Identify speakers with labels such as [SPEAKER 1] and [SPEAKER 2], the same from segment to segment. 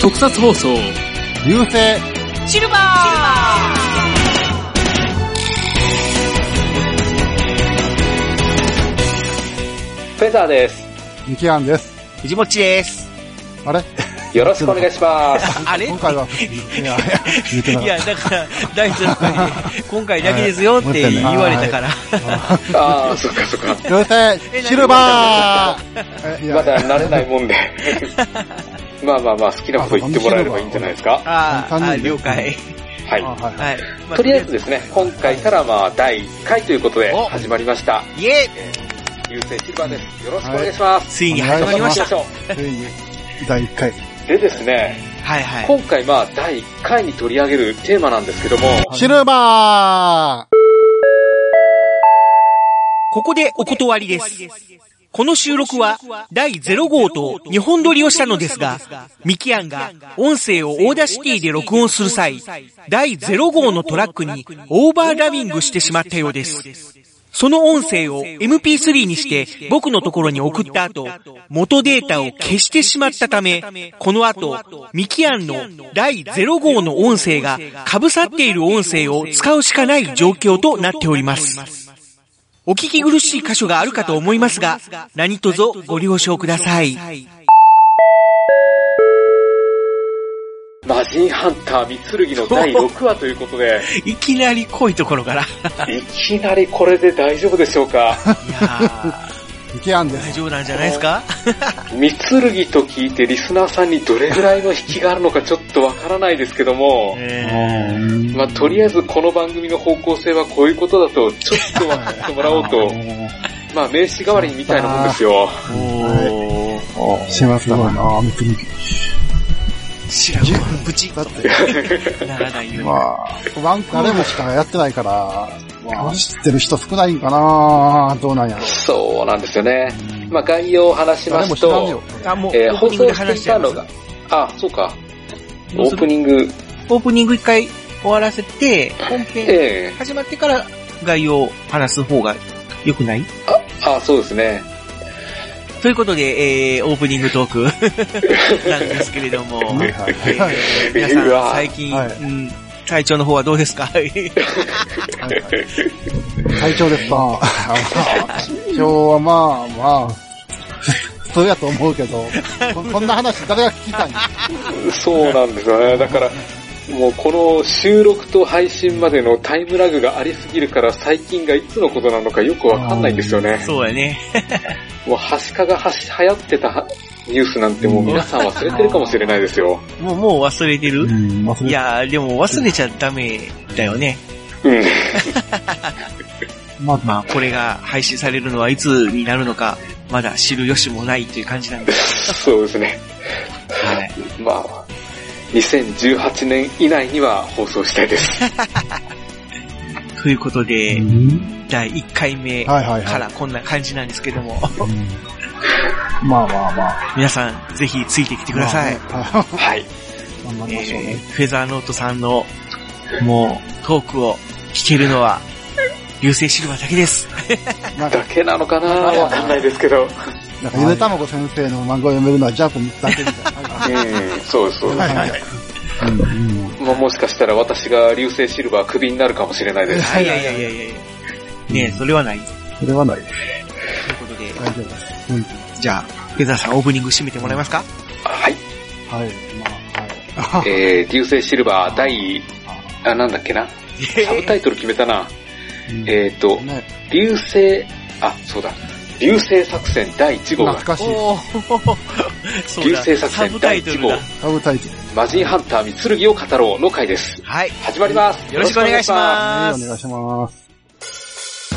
[SPEAKER 1] 特撮放送
[SPEAKER 2] 流星
[SPEAKER 3] シルバー
[SPEAKER 4] フェザーです。
[SPEAKER 2] ミキアンです。
[SPEAKER 3] 藤もっちです。
[SPEAKER 2] あれ
[SPEAKER 4] よろしくお願い します。
[SPEAKER 3] あれ
[SPEAKER 2] 今回は、いや、いや言ってないか
[SPEAKER 5] や、
[SPEAKER 2] っ
[SPEAKER 5] だから、大ちゃんに、今回だけですよって言われたから、
[SPEAKER 4] ああ、そっかそっか。
[SPEAKER 2] た。流星シルバーえい
[SPEAKER 4] まだ
[SPEAKER 2] や、
[SPEAKER 4] 慣れないもんで。 まあまあまあ、好きなこと言ってもらえればいいんじゃないですか。
[SPEAKER 5] あー
[SPEAKER 2] 簡単
[SPEAKER 5] あ、
[SPEAKER 2] に
[SPEAKER 5] 了解。
[SPEAKER 4] は
[SPEAKER 2] あ
[SPEAKER 4] い。
[SPEAKER 2] はいはい。
[SPEAKER 5] はい。ま
[SPEAKER 4] とりあえずですね、今回からまあ、第1回ということで
[SPEAKER 5] お
[SPEAKER 4] 始まりました。
[SPEAKER 5] イエーイ
[SPEAKER 4] 流星シルバーです。よろしくお願いします。
[SPEAKER 5] ついに始まりまし
[SPEAKER 4] 行
[SPEAKER 5] た
[SPEAKER 4] き。ましょ
[SPEAKER 2] ついに、第1回。
[SPEAKER 4] う。でですね、
[SPEAKER 5] はいはい。
[SPEAKER 4] 今回まあ、第1回に取り上げるテーマなんですけども、
[SPEAKER 2] シルバ
[SPEAKER 5] ここでお断りです。この収録は第0号と日本撮りをしたのですが、ミキアンが音声をオーダーシティで録音する際、第0号のトラックにオーバーラビングしてしまったようです。その音声を MP3 にして僕のところに送った後、元データを消してしまったため、この後、ミキアンの第0号の音声が被さっている音声を使うしかない状況となっております。お聞き苦しい箇所があるかと思いますが、何卒ご了承ください。
[SPEAKER 4] マジンハンター三剣の第6話ということで、
[SPEAKER 5] いきなり濃いところから。い
[SPEAKER 4] いきなりこれで大丈夫でしょうか
[SPEAKER 5] やー
[SPEAKER 2] ーミキアンで
[SPEAKER 5] 大
[SPEAKER 2] す。
[SPEAKER 5] 丈夫なんじゃないです か
[SPEAKER 4] 三剣と聞いてリスナーさんにどれぐらいの引きがあるのかちょっとわからないですけども、まあ、とりあえずこの番組の方向性はこういうことだと、ちょっと分かっても らおうと、まあ、名刺代わりみたいなもんですよ。
[SPEAKER 2] しますからな、三つ
[SPEAKER 5] 白ご飯ブチッとならないように。
[SPEAKER 2] ワン誰もしかやってないから、知ってる人少ないんかなどうなんやろ。
[SPEAKER 4] そうなんですよね。まあ、概要を話しま
[SPEAKER 2] 誰も
[SPEAKER 4] す
[SPEAKER 2] 知らんよ
[SPEAKER 4] と、。
[SPEAKER 5] あ、もう、
[SPEAKER 4] えー
[SPEAKER 5] オープ
[SPEAKER 4] 放
[SPEAKER 5] ニング
[SPEAKER 4] 送
[SPEAKER 5] で
[SPEAKER 4] して
[SPEAKER 5] 話
[SPEAKER 4] い
[SPEAKER 5] しちゃ
[SPEAKER 4] た
[SPEAKER 5] いま
[SPEAKER 4] の
[SPEAKER 5] す
[SPEAKER 4] が。、あ、そうか。
[SPEAKER 5] ど
[SPEAKER 4] オ
[SPEAKER 5] うす
[SPEAKER 4] ー
[SPEAKER 5] る
[SPEAKER 4] プニング、
[SPEAKER 5] オープニング一回終わらせて、本編
[SPEAKER 4] ええ
[SPEAKER 5] 始まってから概要を話す方が良くない
[SPEAKER 4] あ、そうですね。
[SPEAKER 5] ということで、えー、オープニングトーク なんですけれども。
[SPEAKER 2] はいはい
[SPEAKER 5] えー皆
[SPEAKER 4] う
[SPEAKER 5] さ
[SPEAKER 4] わ
[SPEAKER 5] ん、最近、
[SPEAKER 2] はい
[SPEAKER 5] うん、体調の方はどうですか
[SPEAKER 2] はいはい体調ですか 今日はまあまあ、普通やと思うけど、ここんな話誰が聞きたいん
[SPEAKER 4] そうなんですよね。だから、もうこの収録と配信までのタイムラグがありすぎるから最近がいつのことなのかよくわかんないんですよね。
[SPEAKER 5] そうやね。
[SPEAKER 4] もうはしかがはし流行ってたニュースなんてもう皆さん忘れてるかもしれないですよ。
[SPEAKER 5] もう、もう忘れてる、
[SPEAKER 2] ん、忘
[SPEAKER 5] いやー、でも忘れちゃダメだよね。
[SPEAKER 4] うん。
[SPEAKER 2] まあま
[SPEAKER 5] まあ、これが配信されるのはいつになるのか、まだ知る由もないという感じなんです。
[SPEAKER 4] そうですね。
[SPEAKER 5] はい。
[SPEAKER 4] まあ、2018年以内には放送したいです。
[SPEAKER 5] ということ
[SPEAKER 2] あ。
[SPEAKER 5] で、
[SPEAKER 2] ん
[SPEAKER 5] 第1回目か
[SPEAKER 2] はいはいはい。
[SPEAKER 5] らこんな感じなんですけども、
[SPEAKER 2] うんまあまあまあ。
[SPEAKER 5] 皆さん、ぜひついてきてください。
[SPEAKER 2] まあね。
[SPEAKER 4] はい。
[SPEAKER 2] 頑張りましょう
[SPEAKER 5] えー
[SPEAKER 2] ね。
[SPEAKER 5] フェザーノートさんの、もう、トークを聞けるのは、流星シルバーだけです。
[SPEAKER 2] なん
[SPEAKER 4] だ
[SPEAKER 2] か、
[SPEAKER 4] けなのかなわかんないですけど。うん、
[SPEAKER 2] なんかゆで卵先生の漫画を読めるのはジャンプだけみたいな。
[SPEAKER 4] そうそう。
[SPEAKER 2] はいはいうんうん
[SPEAKER 4] まあ、もしかしたら私が流星シルバークビになるかもしれないです。
[SPEAKER 5] いやいやいやいやいや。ねえ、それはない。とい
[SPEAKER 2] それはないです。
[SPEAKER 5] うことで、
[SPEAKER 2] 大丈夫です。うん
[SPEAKER 5] じゃあ、フェザーさんオープニング締めてもらえますか
[SPEAKER 4] はい。
[SPEAKER 2] はい、まあ、はい。
[SPEAKER 4] えー、流星シルバー第、あ、なんだっけな。サブタイトル決めたな。えっと、
[SPEAKER 2] ね、
[SPEAKER 4] 流星、あ、そうだ。流星作戦第1
[SPEAKER 2] 懐
[SPEAKER 4] 号が、
[SPEAKER 2] かしい。
[SPEAKER 5] おーそう
[SPEAKER 4] 流
[SPEAKER 5] だ
[SPEAKER 4] 星作
[SPEAKER 5] サブ
[SPEAKER 4] 戦
[SPEAKER 5] タ
[SPEAKER 4] 第
[SPEAKER 5] イト
[SPEAKER 4] 1
[SPEAKER 5] ル
[SPEAKER 4] 号
[SPEAKER 5] だ。、
[SPEAKER 2] サブタイトル。
[SPEAKER 4] 魔人ハンター三剣を語ろうの回です。
[SPEAKER 5] はい。
[SPEAKER 4] 始まります。
[SPEAKER 5] よろしくお願いしま
[SPEAKER 2] はいお願い
[SPEAKER 5] す。
[SPEAKER 2] します。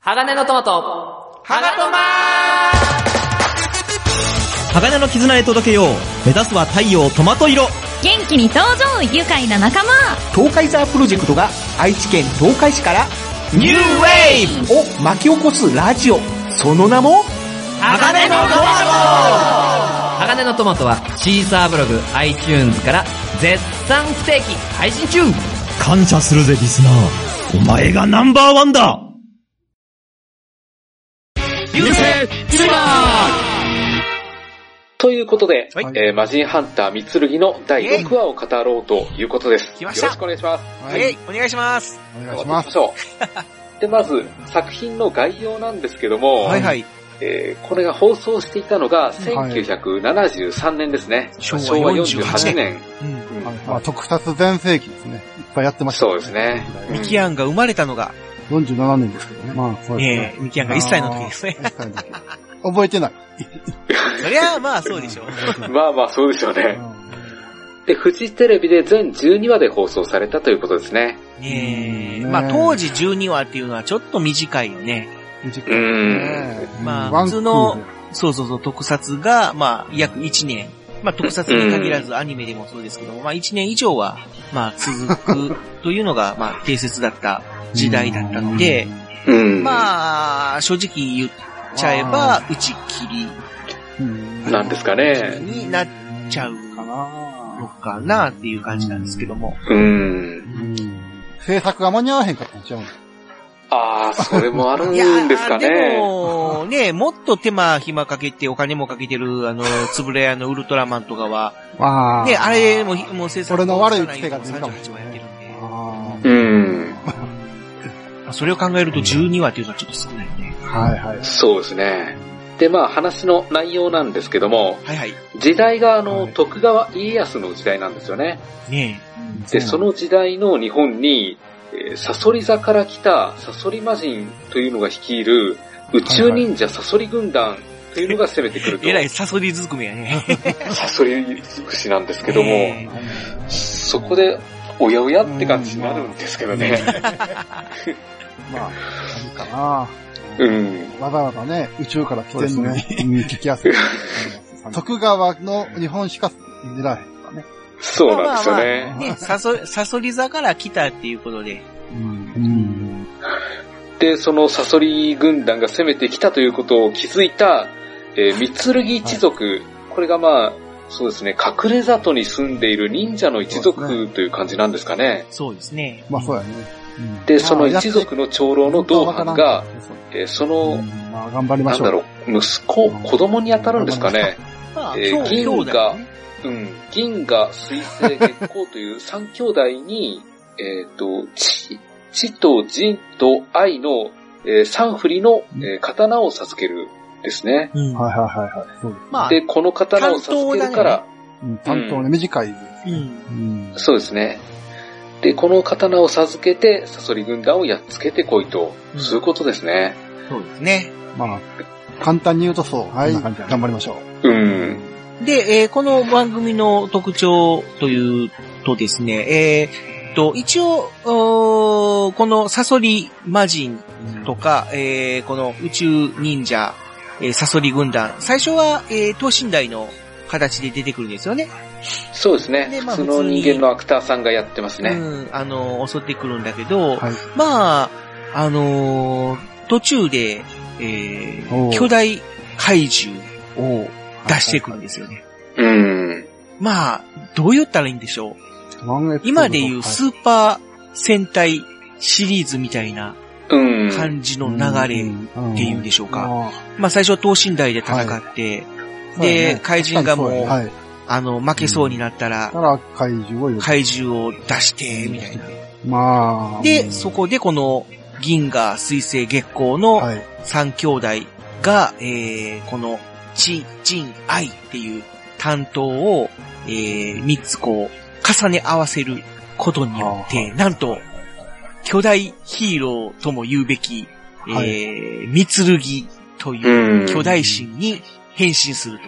[SPEAKER 3] 鋼のトマト鋼トマ
[SPEAKER 6] 鋼の絆へ届けよう目指すは太陽トマト色
[SPEAKER 7] 元気に登場愉快な仲間
[SPEAKER 8] 東海ザープロジェクトが愛知県東海市から
[SPEAKER 5] ニューウェイ
[SPEAKER 8] を巻き起こすラジオ
[SPEAKER 5] その名も
[SPEAKER 7] 鋼のトマ
[SPEAKER 3] 鋼のトマトはシーサーブログ、iTunes から絶賛不定期配信中
[SPEAKER 6] 感謝するぜ、リスナー。お前がナンバーワンだ
[SPEAKER 3] 流星ツイマ
[SPEAKER 4] ということで、
[SPEAKER 5] はい
[SPEAKER 4] えー魔人ハンター三剣の第6話を語ろうということです。
[SPEAKER 5] 来ま
[SPEAKER 4] よろ
[SPEAKER 5] した
[SPEAKER 4] しくお願いします。
[SPEAKER 2] は
[SPEAKER 5] え
[SPEAKER 2] い
[SPEAKER 5] い。、お願いします。
[SPEAKER 2] お願いします。
[SPEAKER 4] 頑張っていきましょう。で、まず、作品の概要なんですけども、
[SPEAKER 5] はいはい。
[SPEAKER 4] えーこれが放送していたのが1973年ですね。
[SPEAKER 5] 昭和
[SPEAKER 4] 昭和
[SPEAKER 5] 48
[SPEAKER 4] 48年。
[SPEAKER 5] うん。
[SPEAKER 2] はいまあ、特撮全盛期ですね。いっぱいやってました、
[SPEAKER 4] そうですね。
[SPEAKER 5] ミキアンが生まれたのが、
[SPEAKER 2] 47年ですけどね。まあ、そうです
[SPEAKER 5] え
[SPEAKER 2] ね。
[SPEAKER 5] え、ミキアンが1歳の時ですね。
[SPEAKER 2] 一歳の時 覚えてない。
[SPEAKER 5] そりゃあまあそうでしょう。
[SPEAKER 4] まあまあ、そうですよね。
[SPEAKER 2] う
[SPEAKER 4] で、フジテレビで全12話で放送されたということですね。
[SPEAKER 5] ええ、
[SPEAKER 2] うん
[SPEAKER 5] まあ当時12話っていうのはちょっと短いよね。
[SPEAKER 2] ん短い
[SPEAKER 4] うん。
[SPEAKER 2] ね
[SPEAKER 5] まあ
[SPEAKER 2] ワン
[SPEAKER 5] 普通の
[SPEAKER 2] クール
[SPEAKER 5] そうそうそう、特撮が、まあ約1年。まあ特撮に限らずアニメでもそうですけども、まあ1年以上は、まあ続くというのが、まあ定説だった時代だったので、
[SPEAKER 4] うん。
[SPEAKER 5] まあ正直言っちゃえば、打ち切り
[SPEAKER 2] うん
[SPEAKER 4] なんですかね。
[SPEAKER 5] になっちゃう
[SPEAKER 2] か
[SPEAKER 5] の
[SPEAKER 2] な
[SPEAKER 5] かなっていう感じなんですけども。
[SPEAKER 4] うん。
[SPEAKER 2] うん制作が間に合わへんかったんちゃうん
[SPEAKER 4] ああ、それもある
[SPEAKER 5] いやー
[SPEAKER 4] んですか
[SPEAKER 5] で
[SPEAKER 4] ね。
[SPEAKER 5] も、ね、 もっと手間暇かけてお金もかけてる、あの、つぶれ屋のウルトラマンとかは、
[SPEAKER 2] あ
[SPEAKER 5] ね、あれも、もう制作
[SPEAKER 2] 俺の悪い癖が出たもんね
[SPEAKER 5] 38話やってるんで
[SPEAKER 2] あ
[SPEAKER 4] うん。
[SPEAKER 5] まあそれを考えると12話っていうのはちょっと少ないね。
[SPEAKER 2] あ、はいはい。
[SPEAKER 4] そうですね。で、まあ話の内容なんですけども、
[SPEAKER 5] はいはい。
[SPEAKER 4] 時代があの、
[SPEAKER 2] はい
[SPEAKER 4] 徳川家康の時代なんですよね。
[SPEAKER 5] ね
[SPEAKER 4] で、その時代の日本に、えーサソリ座から来たサソリ魔人というのが率いる宇宙忍者サソリ軍団というのが攻めてくると。
[SPEAKER 5] え。えらいサソリずくめやね。
[SPEAKER 4] サソリ尽くしなんですけども、
[SPEAKER 5] え
[SPEAKER 4] そこで、おやおやって感じになるんですけどね。
[SPEAKER 2] まあ、あるかな。
[SPEAKER 4] うん。
[SPEAKER 2] わざわざね、宇宙から来てんのに、うん聞きや すい。徳川の日本しか見られへんからね。
[SPEAKER 4] そうなんですよ
[SPEAKER 5] え
[SPEAKER 4] ね。
[SPEAKER 5] ねサソ、サソリ座から来たっていうことで、
[SPEAKER 2] うん。
[SPEAKER 4] で、そのサソリ軍団が攻めてきたということを気づいた、えー、三剣一族、これがまあ、そうですね、隠れ里に住んでいる忍者の一
[SPEAKER 2] そうで
[SPEAKER 4] 族という感じなんですかね。
[SPEAKER 5] そうですね。
[SPEAKER 2] まあそうやね。
[SPEAKER 4] で、その一族の長老の同伴が、、えーその、
[SPEAKER 2] まあ頑張りま
[SPEAKER 4] な
[SPEAKER 2] し
[SPEAKER 4] ん
[SPEAKER 2] ょ
[SPEAKER 4] だ
[SPEAKER 2] う。
[SPEAKER 4] ろう、息子、子供に当たるんですかね。
[SPEAKER 5] まあ、
[SPEAKER 4] えー
[SPEAKER 5] 今日、
[SPEAKER 4] 銀
[SPEAKER 5] 今日だよね。
[SPEAKER 4] うん、銀河、水星、月光という三兄弟に、 えっ、と、地、地と人と愛の、えー三振りの、えー刀を授けるですね。
[SPEAKER 5] うん。
[SPEAKER 2] はいはいはいはい。そうです。
[SPEAKER 5] まあ、
[SPEAKER 4] で、この刀を授けるから、
[SPEAKER 2] うん担当ね、短い。
[SPEAKER 5] うん。
[SPEAKER 2] うん。
[SPEAKER 4] そうですね。で、この刀を授けて、サソリ軍団をやっつけてこいと、
[SPEAKER 5] うん
[SPEAKER 4] そういうことですね。
[SPEAKER 5] そうですね。
[SPEAKER 2] まあ、簡単に言うとそう。はい。頑張りましょう。
[SPEAKER 4] うん。
[SPEAKER 5] で、えーこの番組の特徴というとですね、えーっと、一応、おーこのサソリ魔人とか、えーこの宇宙忍者、えーサソリ軍団、最初は、えー等身大の形で出てくるんですよね。
[SPEAKER 4] そうですね。
[SPEAKER 5] でまあ
[SPEAKER 4] 普通の人間のアクターさんがやってますね。
[SPEAKER 5] うん、あの、襲ってくるんだけど、
[SPEAKER 2] はい
[SPEAKER 5] まあ、あのー途中で、えー
[SPEAKER 2] おう
[SPEAKER 5] 巨大怪獣を出してくるんですよね。
[SPEAKER 4] うん。
[SPEAKER 5] まあ、どう言ったらいいんでしょう。今でいうスーパー戦隊シリーズみたいな
[SPEAKER 4] うん。
[SPEAKER 5] 感じの流れっ
[SPEAKER 2] って
[SPEAKER 5] いうんでしょうか。。まあ最初は等身大で戦って、で、怪人がもう、
[SPEAKER 2] はい。
[SPEAKER 5] あの、負けそうになったら
[SPEAKER 2] た、ら怪獣を入れて。
[SPEAKER 5] 怪獣を出して、みたいな。
[SPEAKER 2] まあ。
[SPEAKER 5] で、そこでこの銀河、水星、月光の
[SPEAKER 2] はい。
[SPEAKER 5] 三兄弟が、えー、この、地、人、愛っていう担当を、えー、三つこう、重ね合わせることによって、なんと、巨大ヒーローとも言うべき、えー
[SPEAKER 2] は
[SPEAKER 5] 三剣と
[SPEAKER 4] う
[SPEAKER 5] い
[SPEAKER 4] ん
[SPEAKER 5] う巨大神に変身すると。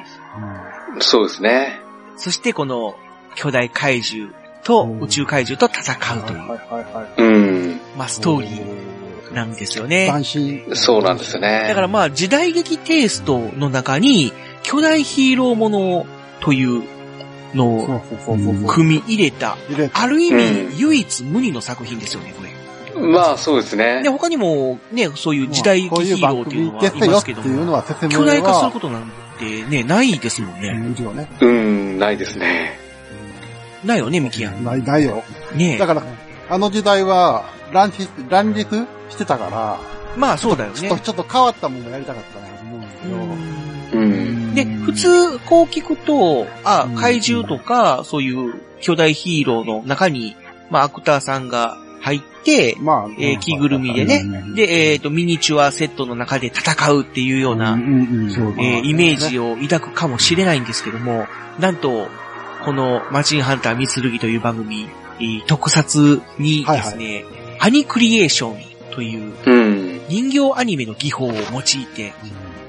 [SPEAKER 4] そうですね。
[SPEAKER 5] そしてこの巨大怪獣と
[SPEAKER 2] うん
[SPEAKER 5] 宇宙怪獣と戦うという、
[SPEAKER 2] は
[SPEAKER 4] うん。
[SPEAKER 5] まあストーリー
[SPEAKER 2] ー
[SPEAKER 5] なんですよね。
[SPEAKER 2] 斬新。
[SPEAKER 4] そうなんですよね。
[SPEAKER 5] だからまあ時代劇テイストの中に巨大ヒーローものという
[SPEAKER 2] そ
[SPEAKER 5] のを
[SPEAKER 2] うそうそうそう。
[SPEAKER 5] 組み入れた、
[SPEAKER 2] 入れて
[SPEAKER 5] ある意
[SPEAKER 4] う
[SPEAKER 5] 味
[SPEAKER 4] ん
[SPEAKER 5] 唯一無二の作品ですよね、これ。
[SPEAKER 4] まあ、そうですね
[SPEAKER 5] で、。他にも、ね、そういう時代
[SPEAKER 2] こう
[SPEAKER 5] 劇
[SPEAKER 2] い
[SPEAKER 5] ヒ
[SPEAKER 2] う
[SPEAKER 5] ーロ
[SPEAKER 2] 番
[SPEAKER 5] ーっていう
[SPEAKER 2] 組
[SPEAKER 5] の
[SPEAKER 2] で
[SPEAKER 5] はい
[SPEAKER 2] すよ
[SPEAKER 5] ま
[SPEAKER 2] っ
[SPEAKER 5] す
[SPEAKER 2] て
[SPEAKER 5] けど
[SPEAKER 2] い
[SPEAKER 5] も、
[SPEAKER 2] うのは説明
[SPEAKER 5] 巨
[SPEAKER 2] は。
[SPEAKER 5] 大化することなんてね、ないですもんね。
[SPEAKER 2] いるよね。
[SPEAKER 4] うん、ないですね。
[SPEAKER 5] ないよね、ミキアン。
[SPEAKER 2] ない、ないよ。
[SPEAKER 5] ね
[SPEAKER 2] だから、あの時代は乱立、乱立してたから、
[SPEAKER 5] まあそうだよ
[SPEAKER 2] ち
[SPEAKER 5] ね
[SPEAKER 2] ょっと、。ちょっと変わったものやりたかったなと思うんだけど。
[SPEAKER 4] うん。
[SPEAKER 5] で、普通、こう聞くと、あ
[SPEAKER 2] うん、
[SPEAKER 5] 怪獣とか、そういう巨大ヒーローの中に、まあ、アクターさんが入って、
[SPEAKER 2] まあ、
[SPEAKER 5] えー着ぐるみでね、で、えっ、と、ミニチュアセットの中で戦うっていうような、えーイメージを抱くかもしれないんですけども、なんと、このマジンハンターミツルギという番組、えー特撮にですね、アニクリエーションという
[SPEAKER 4] うん。
[SPEAKER 5] 人形アニメの技法を用いて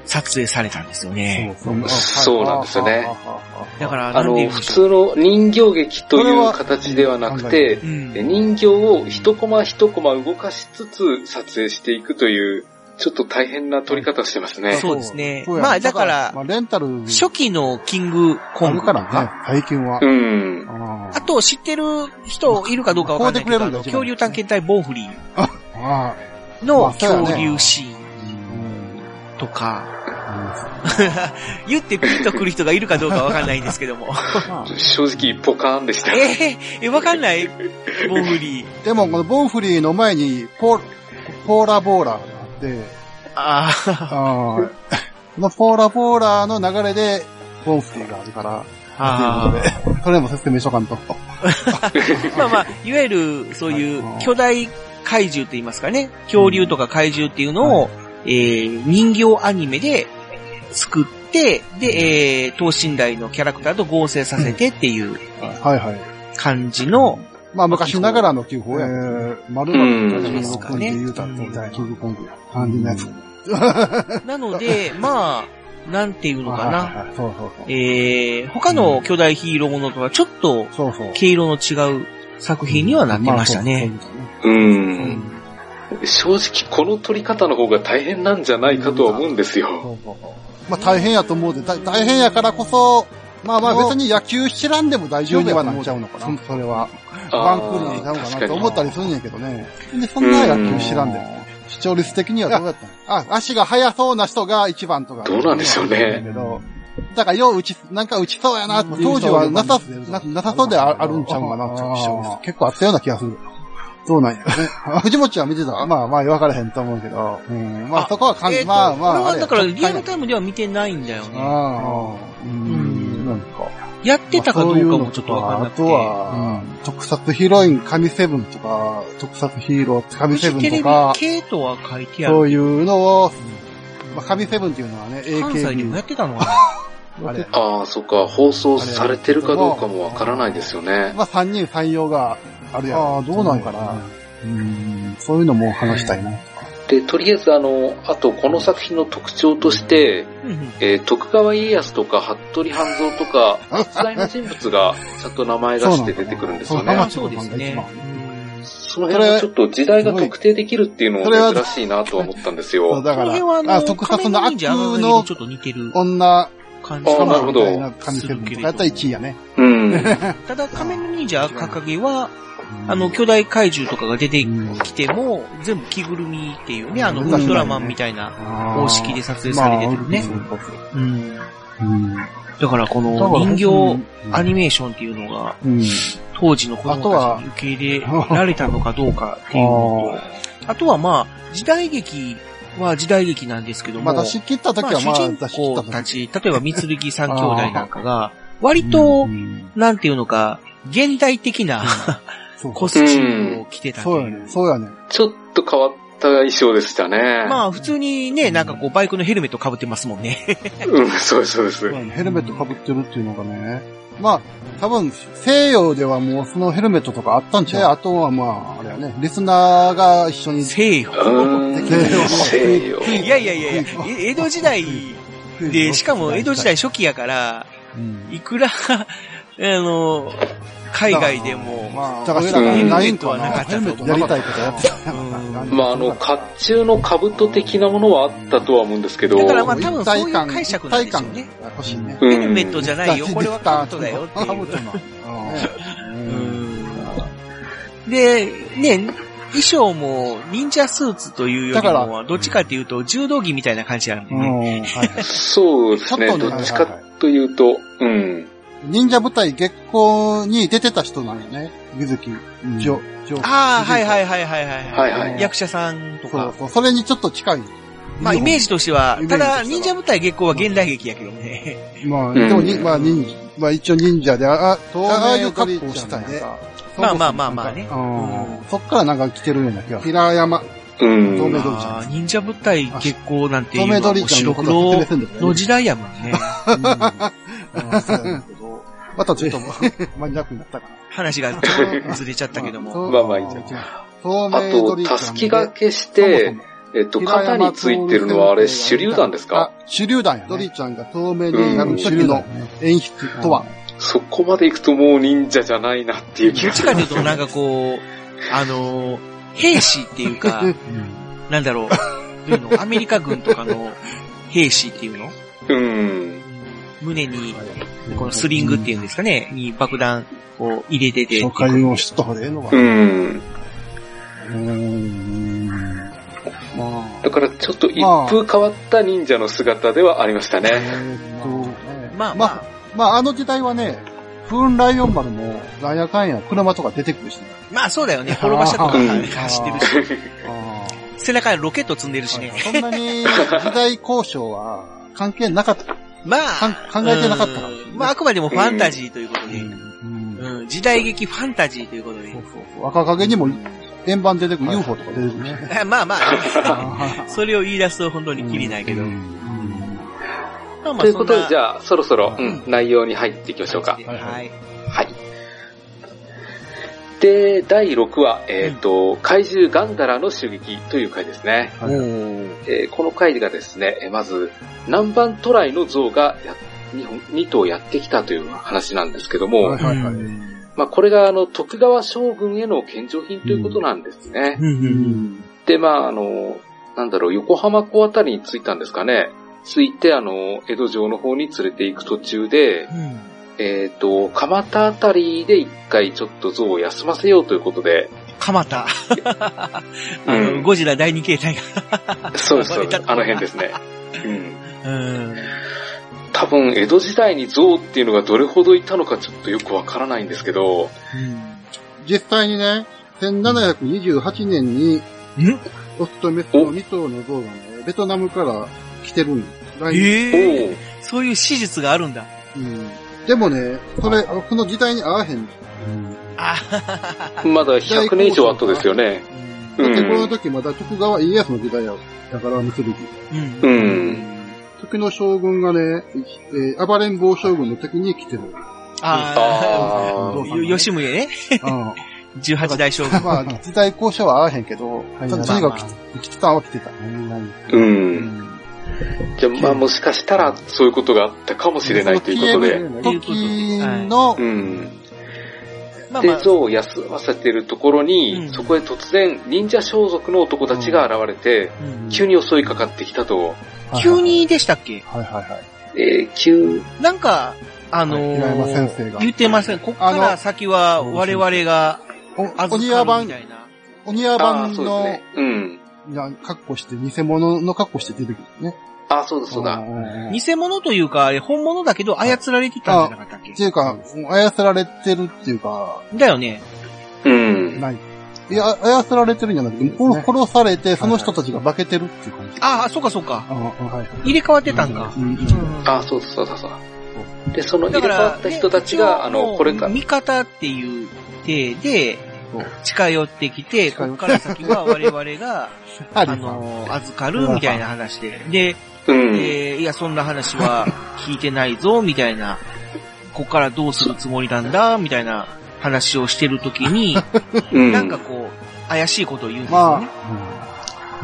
[SPEAKER 5] 撮影されたんですよね。
[SPEAKER 2] そう
[SPEAKER 4] そうなんですよね。
[SPEAKER 5] だから、
[SPEAKER 4] あ
[SPEAKER 5] なんで
[SPEAKER 4] の、普通の人形劇という形ではなくて、
[SPEAKER 5] うん
[SPEAKER 4] 人形を一コマ一コマ動かしつつ撮影していくという、ちょっと大変な撮り方をしてますね。
[SPEAKER 5] そうですね
[SPEAKER 2] そうや
[SPEAKER 5] まあだから
[SPEAKER 2] まあ、レンタル、
[SPEAKER 5] 初期のキングコ
[SPEAKER 2] あ
[SPEAKER 5] ン
[SPEAKER 2] る
[SPEAKER 5] グ
[SPEAKER 2] か
[SPEAKER 5] と
[SPEAKER 2] らね
[SPEAKER 5] か、、
[SPEAKER 2] 最近は
[SPEAKER 4] う。ん。
[SPEAKER 2] あ
[SPEAKER 5] あと知ってる人いるかどうかわかんないけど、
[SPEAKER 2] こう
[SPEAKER 5] あ
[SPEAKER 2] や
[SPEAKER 5] の
[SPEAKER 2] ってく
[SPEAKER 5] 恐
[SPEAKER 2] れるんだ
[SPEAKER 5] 竜探検隊ボンフリ
[SPEAKER 2] ああ
[SPEAKER 5] ーの
[SPEAKER 2] まあそうやね
[SPEAKER 5] 恐竜シーン
[SPEAKER 2] あ、うん
[SPEAKER 5] とか、言ってピンとくる人がいるかどうかわかんないんですけども。
[SPEAKER 4] 正直、ポカーンでした。
[SPEAKER 5] えーえ、わかんないボンフリー。
[SPEAKER 2] でも、このボンフリーの前に、ポー、ポーラボーラーがあって、
[SPEAKER 5] あー
[SPEAKER 2] ああ、このポーラボーラーの流れで、ボンフリーがあるから、
[SPEAKER 5] あー。
[SPEAKER 2] ということで、それも説明しとかんと。
[SPEAKER 5] まあまあ、いわゆるそういう巨大怪獣と言いますかね、恐竜とか怪獣っていうのを、えー人形アニメで作って、で、えー、等身大のキャラクターと合成させてっていう
[SPEAKER 2] はいはい。
[SPEAKER 5] 感じの、
[SPEAKER 2] まあ、昔ながらの旧法や。えー、丸々
[SPEAKER 4] うん
[SPEAKER 2] 中国コンビで言うたみたいな、中国コンビや。感じのやつ。
[SPEAKER 5] なので、まあ、なんていうのか
[SPEAKER 2] はい
[SPEAKER 5] な、
[SPEAKER 2] はいはいそうそうそう。
[SPEAKER 5] えー、他の巨大ヒーローものとはちょっと
[SPEAKER 2] そうそう。
[SPEAKER 5] 毛色の違う作品にはなってましたね。
[SPEAKER 2] まあ。そうそう
[SPEAKER 4] うん。正直、この撮り方の方が大変なんじゃないかとは思うんですよ。
[SPEAKER 2] そうそうそうまあ大変やと思うで、大大変やからこそ、まあまあ別に野球知らんでも大丈夫やと思っちゃうのかな。そそれは。ワンクールにいたのかなと思ったりするんやけどね。で、そんな野球知らんでも。視聴率的にはどうやったのあ、足が速そうな人が一番とか。
[SPEAKER 4] どうなんでしょうね
[SPEAKER 2] けどだから、よう打ち、なんか打ちそうやなって、当時はなさ、ななさそうでああるんちゃうかなっていう視聴率、結構あったような気がする。どうなんやね。藤本ちゃん見てた まあまあ、分からへんと思うけど。うん。まあ
[SPEAKER 5] あ
[SPEAKER 2] そこは感
[SPEAKER 5] えー
[SPEAKER 2] じ、
[SPEAKER 5] と
[SPEAKER 2] まあまあ。
[SPEAKER 5] これはだから
[SPEAKER 2] あれ
[SPEAKER 5] リアルタイムでは見てないんだよね。
[SPEAKER 2] ああ、うん、なんか。
[SPEAKER 5] やってたかどうかもちょっとわかんなくて。
[SPEAKER 2] あとは、特撮ヒロイン、神セブンとか、特撮ヒーロー、神セブン
[SPEAKER 5] テレ
[SPEAKER 2] と
[SPEAKER 5] ビ
[SPEAKER 2] か、
[SPEAKER 5] 系とは書いてあ
[SPEAKER 2] そ
[SPEAKER 5] る。
[SPEAKER 2] ういうのを、まあ、神セブンっていうのはね、
[SPEAKER 5] 関西でも
[SPEAKER 2] AKB
[SPEAKER 5] やってたのか
[SPEAKER 2] あれ。
[SPEAKER 4] ああ、そっか、放送されてるかどうかもわからないですよね。
[SPEAKER 2] まあ、三人採用があるやああ、どうなんかな。うん、そういうのも話したいな。
[SPEAKER 4] で、とりあえず、あの、あと、この作品の特徴として、
[SPEAKER 5] なうんうん
[SPEAKER 4] えー徳川家康とか、服部半蔵とか、実在の人物が、ちゃんと名前がして出てくるんですよ
[SPEAKER 2] そうな
[SPEAKER 4] ね
[SPEAKER 2] ん。
[SPEAKER 5] あそうですね。うん
[SPEAKER 4] その辺はちょっと時代が特定できるっていうの
[SPEAKER 2] それは
[SPEAKER 4] も珍しいなとは思ったんです
[SPEAKER 2] そう
[SPEAKER 4] よ。
[SPEAKER 2] だ
[SPEAKER 5] こ
[SPEAKER 2] か
[SPEAKER 5] の辺はあ
[SPEAKER 2] ら、
[SPEAKER 5] の、
[SPEAKER 2] あ特撮の
[SPEAKER 5] 仮面
[SPEAKER 2] 悪
[SPEAKER 5] ライダー
[SPEAKER 2] の
[SPEAKER 5] にちょっと似てる
[SPEAKER 2] 女、
[SPEAKER 5] 感じ
[SPEAKER 4] あ
[SPEAKER 5] か
[SPEAKER 4] ーなる
[SPEAKER 5] な
[SPEAKER 4] ほど
[SPEAKER 2] みたいな神セブンとかやったら1位やね。
[SPEAKER 4] うん。
[SPEAKER 5] ただ、仮面忍者掲げは、あの、巨大怪獣とかが出てきても、全部着ぐるみっていうね、あの、ウルトラマンみたいな方式で撮影されてるね。
[SPEAKER 2] まあ
[SPEAKER 5] うん。
[SPEAKER 2] うん
[SPEAKER 5] だから、こ
[SPEAKER 2] だから
[SPEAKER 5] の人
[SPEAKER 2] うん
[SPEAKER 5] 形アニメーションっていうのが、
[SPEAKER 2] うん。
[SPEAKER 5] 当時の子供たちに受け入れられたのかどうかっていうのと、あとはまあ、時代劇は時代劇なんですけども、
[SPEAKER 2] まあ出し切った時は
[SPEAKER 5] ま
[SPEAKER 2] ま
[SPEAKER 5] あ
[SPEAKER 2] あ
[SPEAKER 5] 主人
[SPEAKER 2] 出し切った
[SPEAKER 5] 公
[SPEAKER 2] 時
[SPEAKER 5] たち、例えば三剣三兄弟なんかが、割と、なんていうのか、現代的な
[SPEAKER 2] そう
[SPEAKER 5] コスチュームを着てたと
[SPEAKER 2] そうや
[SPEAKER 5] い
[SPEAKER 2] ね。
[SPEAKER 5] う。
[SPEAKER 2] そうやね。
[SPEAKER 4] ちょっと変わった衣装でしたね。
[SPEAKER 5] まあ普通にね、なんかこうバイクのヘルメット被ってますもん ね。
[SPEAKER 4] うん、そうです、そうです。
[SPEAKER 2] ヘルメット被ってるっていうのがね。まあ、多分、西洋ではもうそのヘルメットとかあったんちゃうあとはまあ、あれやね、リスナーが一緒に、
[SPEAKER 5] 西洋。
[SPEAKER 4] うーん、西洋。
[SPEAKER 5] いやいやいやいや、え江戸時代で、しかも江戸時代初期やから、
[SPEAKER 2] うん、
[SPEAKER 5] いくら、 あの、海外でも、
[SPEAKER 2] まあ、だから、ないんかな。ヘ
[SPEAKER 5] ヘルメッ
[SPEAKER 2] ルメット
[SPEAKER 5] トは
[SPEAKER 2] やり
[SPEAKER 5] な
[SPEAKER 2] た
[SPEAKER 5] か
[SPEAKER 2] い
[SPEAKER 5] っ
[SPEAKER 2] こ
[SPEAKER 5] た
[SPEAKER 2] とやってた。
[SPEAKER 4] まあ、あの、甲冑の兜的なものはあったとは思うんですけど、
[SPEAKER 5] だからま
[SPEAKER 4] う
[SPEAKER 5] あ多分そういう解釈なんでしょうね
[SPEAKER 2] 一体感が欲しいね。
[SPEAKER 5] ヘルメット
[SPEAKER 4] ん。
[SPEAKER 5] じゃないよ、これはカブトだよってい
[SPEAKER 2] カブト
[SPEAKER 5] う。
[SPEAKER 2] な。
[SPEAKER 5] うんで、ね、衣装も忍者スーツというより
[SPEAKER 2] だから
[SPEAKER 5] も、どっちかっていうと柔道着みたいな感じなんで
[SPEAKER 2] う
[SPEAKER 5] ね。
[SPEAKER 2] ん。はいはい。
[SPEAKER 4] そうですね。
[SPEAKER 2] ちょっと
[SPEAKER 4] ど
[SPEAKER 2] ね
[SPEAKER 4] っちかというと、うん。
[SPEAKER 2] 忍者部隊月光に出てた人なんよね。水木、ジョ、ジョ。
[SPEAKER 5] ああ、はいはいはいはいはい。
[SPEAKER 4] はいはい
[SPEAKER 5] 役者さんと
[SPEAKER 2] そう
[SPEAKER 5] か。
[SPEAKER 2] そう。それにちょっと近い。
[SPEAKER 5] まあ、イメージとしては
[SPEAKER 2] イメ、
[SPEAKER 5] た
[SPEAKER 2] ージとしては
[SPEAKER 5] だ、忍者舞台月光は現代劇やけどね。
[SPEAKER 2] まあ、でもに、
[SPEAKER 4] うん
[SPEAKER 2] まあ、忍、まあ、一応忍者で、ああ、ああいう格好をしてたんで。
[SPEAKER 5] まあまあまあまあね
[SPEAKER 2] うん。そっからなんか来てるような気が。平山、
[SPEAKER 4] うん。
[SPEAKER 2] 透明鳥
[SPEAKER 4] う
[SPEAKER 2] ちゃ
[SPEAKER 5] あー忍者舞台月光なんていうの
[SPEAKER 2] 透明
[SPEAKER 5] は
[SPEAKER 2] 鳥ちゃん
[SPEAKER 5] 白
[SPEAKER 2] のこと
[SPEAKER 5] 黒
[SPEAKER 2] は説明するんだよね
[SPEAKER 5] の時代やもんね。
[SPEAKER 2] ん。うんそうやねんけど またちょっと、マニアックになったかな。
[SPEAKER 5] 話がちょっとずれちゃったけども。
[SPEAKER 2] そう
[SPEAKER 4] まあまあいいじゃん
[SPEAKER 2] 透
[SPEAKER 4] あ
[SPEAKER 2] 明
[SPEAKER 4] と
[SPEAKER 2] 鳥、ちゃんで
[SPEAKER 4] たすき掛けして、、えっと、肩についてるのはあれ、手榴弾ですか
[SPEAKER 2] あ手榴弾や、ね。ドリちゃんが透明でやる時の演出とは。
[SPEAKER 4] そこまで行くともう忍者じゃないなっていう気
[SPEAKER 5] どっ
[SPEAKER 4] が
[SPEAKER 5] ちかというと、なんかこう、あのー、兵士っていうか、なんだろう、どういうのアメリカ軍とかの兵士っていうの
[SPEAKER 4] うん。
[SPEAKER 5] 胸に、このスリングっていうんですかね、に爆弾を入れてて。
[SPEAKER 2] 紹介をしとった方がええのか
[SPEAKER 4] う
[SPEAKER 2] な。
[SPEAKER 4] ん。
[SPEAKER 2] うん。まあ、
[SPEAKER 4] だからちょっと一風変わった忍者の姿ではありました
[SPEAKER 2] え
[SPEAKER 4] ね。
[SPEAKER 2] ーっと、
[SPEAKER 5] まあま
[SPEAKER 2] ま
[SPEAKER 5] あ
[SPEAKER 2] あ、、まあ、あの時代はね、風雲ライオン丸も、なんやかんや、車とか出てくるしね。
[SPEAKER 5] まあそうだよね。滅ばしたとか
[SPEAKER 4] うん
[SPEAKER 5] 走ってるし、
[SPEAKER 2] あ
[SPEAKER 5] 背中にロケット積んでる
[SPEAKER 2] あ
[SPEAKER 5] しね。
[SPEAKER 2] そんなに、時代交渉は関係なかった。
[SPEAKER 5] ま
[SPEAKER 2] かん
[SPEAKER 5] あ、
[SPEAKER 2] 考えてなかったから
[SPEAKER 5] うんまああくまでもファンタジーということで、
[SPEAKER 2] うん
[SPEAKER 5] うん時代劇ファンタジーということで
[SPEAKER 2] そう。そうそう若影にも、円盤出てくる UFO とか出てくるね。
[SPEAKER 5] あまあま あ、
[SPEAKER 2] あ
[SPEAKER 5] それを言い出すと本当にキリないけど。まあまあ
[SPEAKER 4] ということで、じ
[SPEAKER 5] あ、
[SPEAKER 4] ゃあ、そろそろ、
[SPEAKER 5] う
[SPEAKER 4] うんん、内容に入っていきましょうか。
[SPEAKER 5] はい。
[SPEAKER 4] はい。で、第6話、えっ、と、怪獣ガンダラの襲撃という回ですね。
[SPEAKER 2] はい
[SPEAKER 4] えーこの回がですね、えーまず、南蛮渡来の像がや日本2頭やってきたという話なんですけども、
[SPEAKER 2] はいはいはい。
[SPEAKER 4] まあこれがあの徳川将軍への献上品ということなんですね。で、まああの、なんだろう、横浜港あたりに着いたんですかね。着いて、あの、江戸城の方に連れて行く途中で、えっ、と、蒲田あたりで一回ちょっと像を休ませようということで、
[SPEAKER 5] 蒲田。あの、
[SPEAKER 4] うん
[SPEAKER 5] ゴジラ第二形態
[SPEAKER 4] そうです、そ
[SPEAKER 5] 割れ
[SPEAKER 4] うです。
[SPEAKER 5] た
[SPEAKER 4] あの辺です ね。うん。
[SPEAKER 5] が。うん。
[SPEAKER 4] 多分、江戸時代に象っていうのがどれほどいたのかちょっとよくわからないんですけど、
[SPEAKER 2] 実際にね、1728年に、
[SPEAKER 5] ん
[SPEAKER 2] オスとメスの2頭の像がね、ベトナムから来てるんです。来日
[SPEAKER 4] お
[SPEAKER 5] ええ
[SPEAKER 4] ー
[SPEAKER 5] そういう史実があるんだ。
[SPEAKER 2] うんでもね、それ、その時代に合わへん。
[SPEAKER 5] あ
[SPEAKER 4] まだ100年以上後ですよね。う
[SPEAKER 2] だってこの
[SPEAKER 4] ん。
[SPEAKER 2] 時まだ徳川家康の時代やだから結び。
[SPEAKER 5] うん。
[SPEAKER 4] う
[SPEAKER 5] うん
[SPEAKER 4] ん。
[SPEAKER 2] 時の将軍がね、えー暴れん坊将軍の時に来て る。
[SPEAKER 5] あ
[SPEAKER 4] あ
[SPEAKER 5] あ、
[SPEAKER 4] ー
[SPEAKER 5] よ吉宗ね。
[SPEAKER 2] うん
[SPEAKER 5] 18代将軍。
[SPEAKER 2] まあ、時代交渉は合わへんけど、
[SPEAKER 5] い
[SPEAKER 2] とにかく来てたんは来てた。
[SPEAKER 4] うん。じゃあ、まあもしかしたらそういうことがあったかもしれないということで。
[SPEAKER 2] その消える時の、
[SPEAKER 4] うん。
[SPEAKER 5] まあま
[SPEAKER 4] で、
[SPEAKER 5] あ、
[SPEAKER 4] 象を休ませてるところに、
[SPEAKER 5] うん
[SPEAKER 4] そこへ突然、忍者装束の男たちが現れて、
[SPEAKER 5] うん
[SPEAKER 4] 急に襲いかかってきたと。
[SPEAKER 5] 急にでしたっけ
[SPEAKER 2] はいはいはい。
[SPEAKER 4] えー急、
[SPEAKER 5] なんか、あのー
[SPEAKER 2] 平山先生が
[SPEAKER 5] 言ってません。こっか
[SPEAKER 2] あ
[SPEAKER 5] ら
[SPEAKER 2] の
[SPEAKER 5] 先は我々が預
[SPEAKER 2] お、
[SPEAKER 5] か
[SPEAKER 2] お
[SPEAKER 5] るみ
[SPEAKER 2] 庭版、
[SPEAKER 5] たいな。
[SPEAKER 2] お庭
[SPEAKER 4] ああー、
[SPEAKER 2] 版
[SPEAKER 4] そうです
[SPEAKER 2] の
[SPEAKER 4] ね、。うん。
[SPEAKER 2] な格好して、偽物の格好して出てくるね。
[SPEAKER 4] ああ、そうだそうだ。
[SPEAKER 2] ん
[SPEAKER 5] 偽物というか、あれ本物だけど操られてたんじゃなかったっ
[SPEAKER 2] ってい
[SPEAKER 5] け
[SPEAKER 2] うか、操られてるっていうか、
[SPEAKER 5] だよね。
[SPEAKER 4] うん。
[SPEAKER 2] ない。いや、操られてるんじゃなくて、殺殺されて、その人たちが化けてるっていう感じ。
[SPEAKER 5] ああ、そうかそうか。
[SPEAKER 2] あ、はい。
[SPEAKER 5] 入れ替わってたんか。
[SPEAKER 2] うん
[SPEAKER 5] うん
[SPEAKER 4] ああ、そうだそうだそうだ。で、その入れ替わった人たち
[SPEAKER 5] ね
[SPEAKER 4] が、あ
[SPEAKER 5] も
[SPEAKER 4] の、
[SPEAKER 5] う
[SPEAKER 4] これから、
[SPEAKER 5] 味方っていう体で
[SPEAKER 2] そう、
[SPEAKER 5] 近寄ってきて、こ
[SPEAKER 2] 近寄
[SPEAKER 5] こ
[SPEAKER 2] っ
[SPEAKER 5] から先 は我々が、
[SPEAKER 2] あ
[SPEAKER 5] あの、預かるみたいな話で。で、
[SPEAKER 4] うん。
[SPEAKER 5] えーいや、そんな話は聞いてないぞ、みたいな。ここからどうするつもりなんだ、みたいな話をしてるときに、
[SPEAKER 4] うん
[SPEAKER 5] なんかこう、怪しいことを言うんですよね。
[SPEAKER 2] ま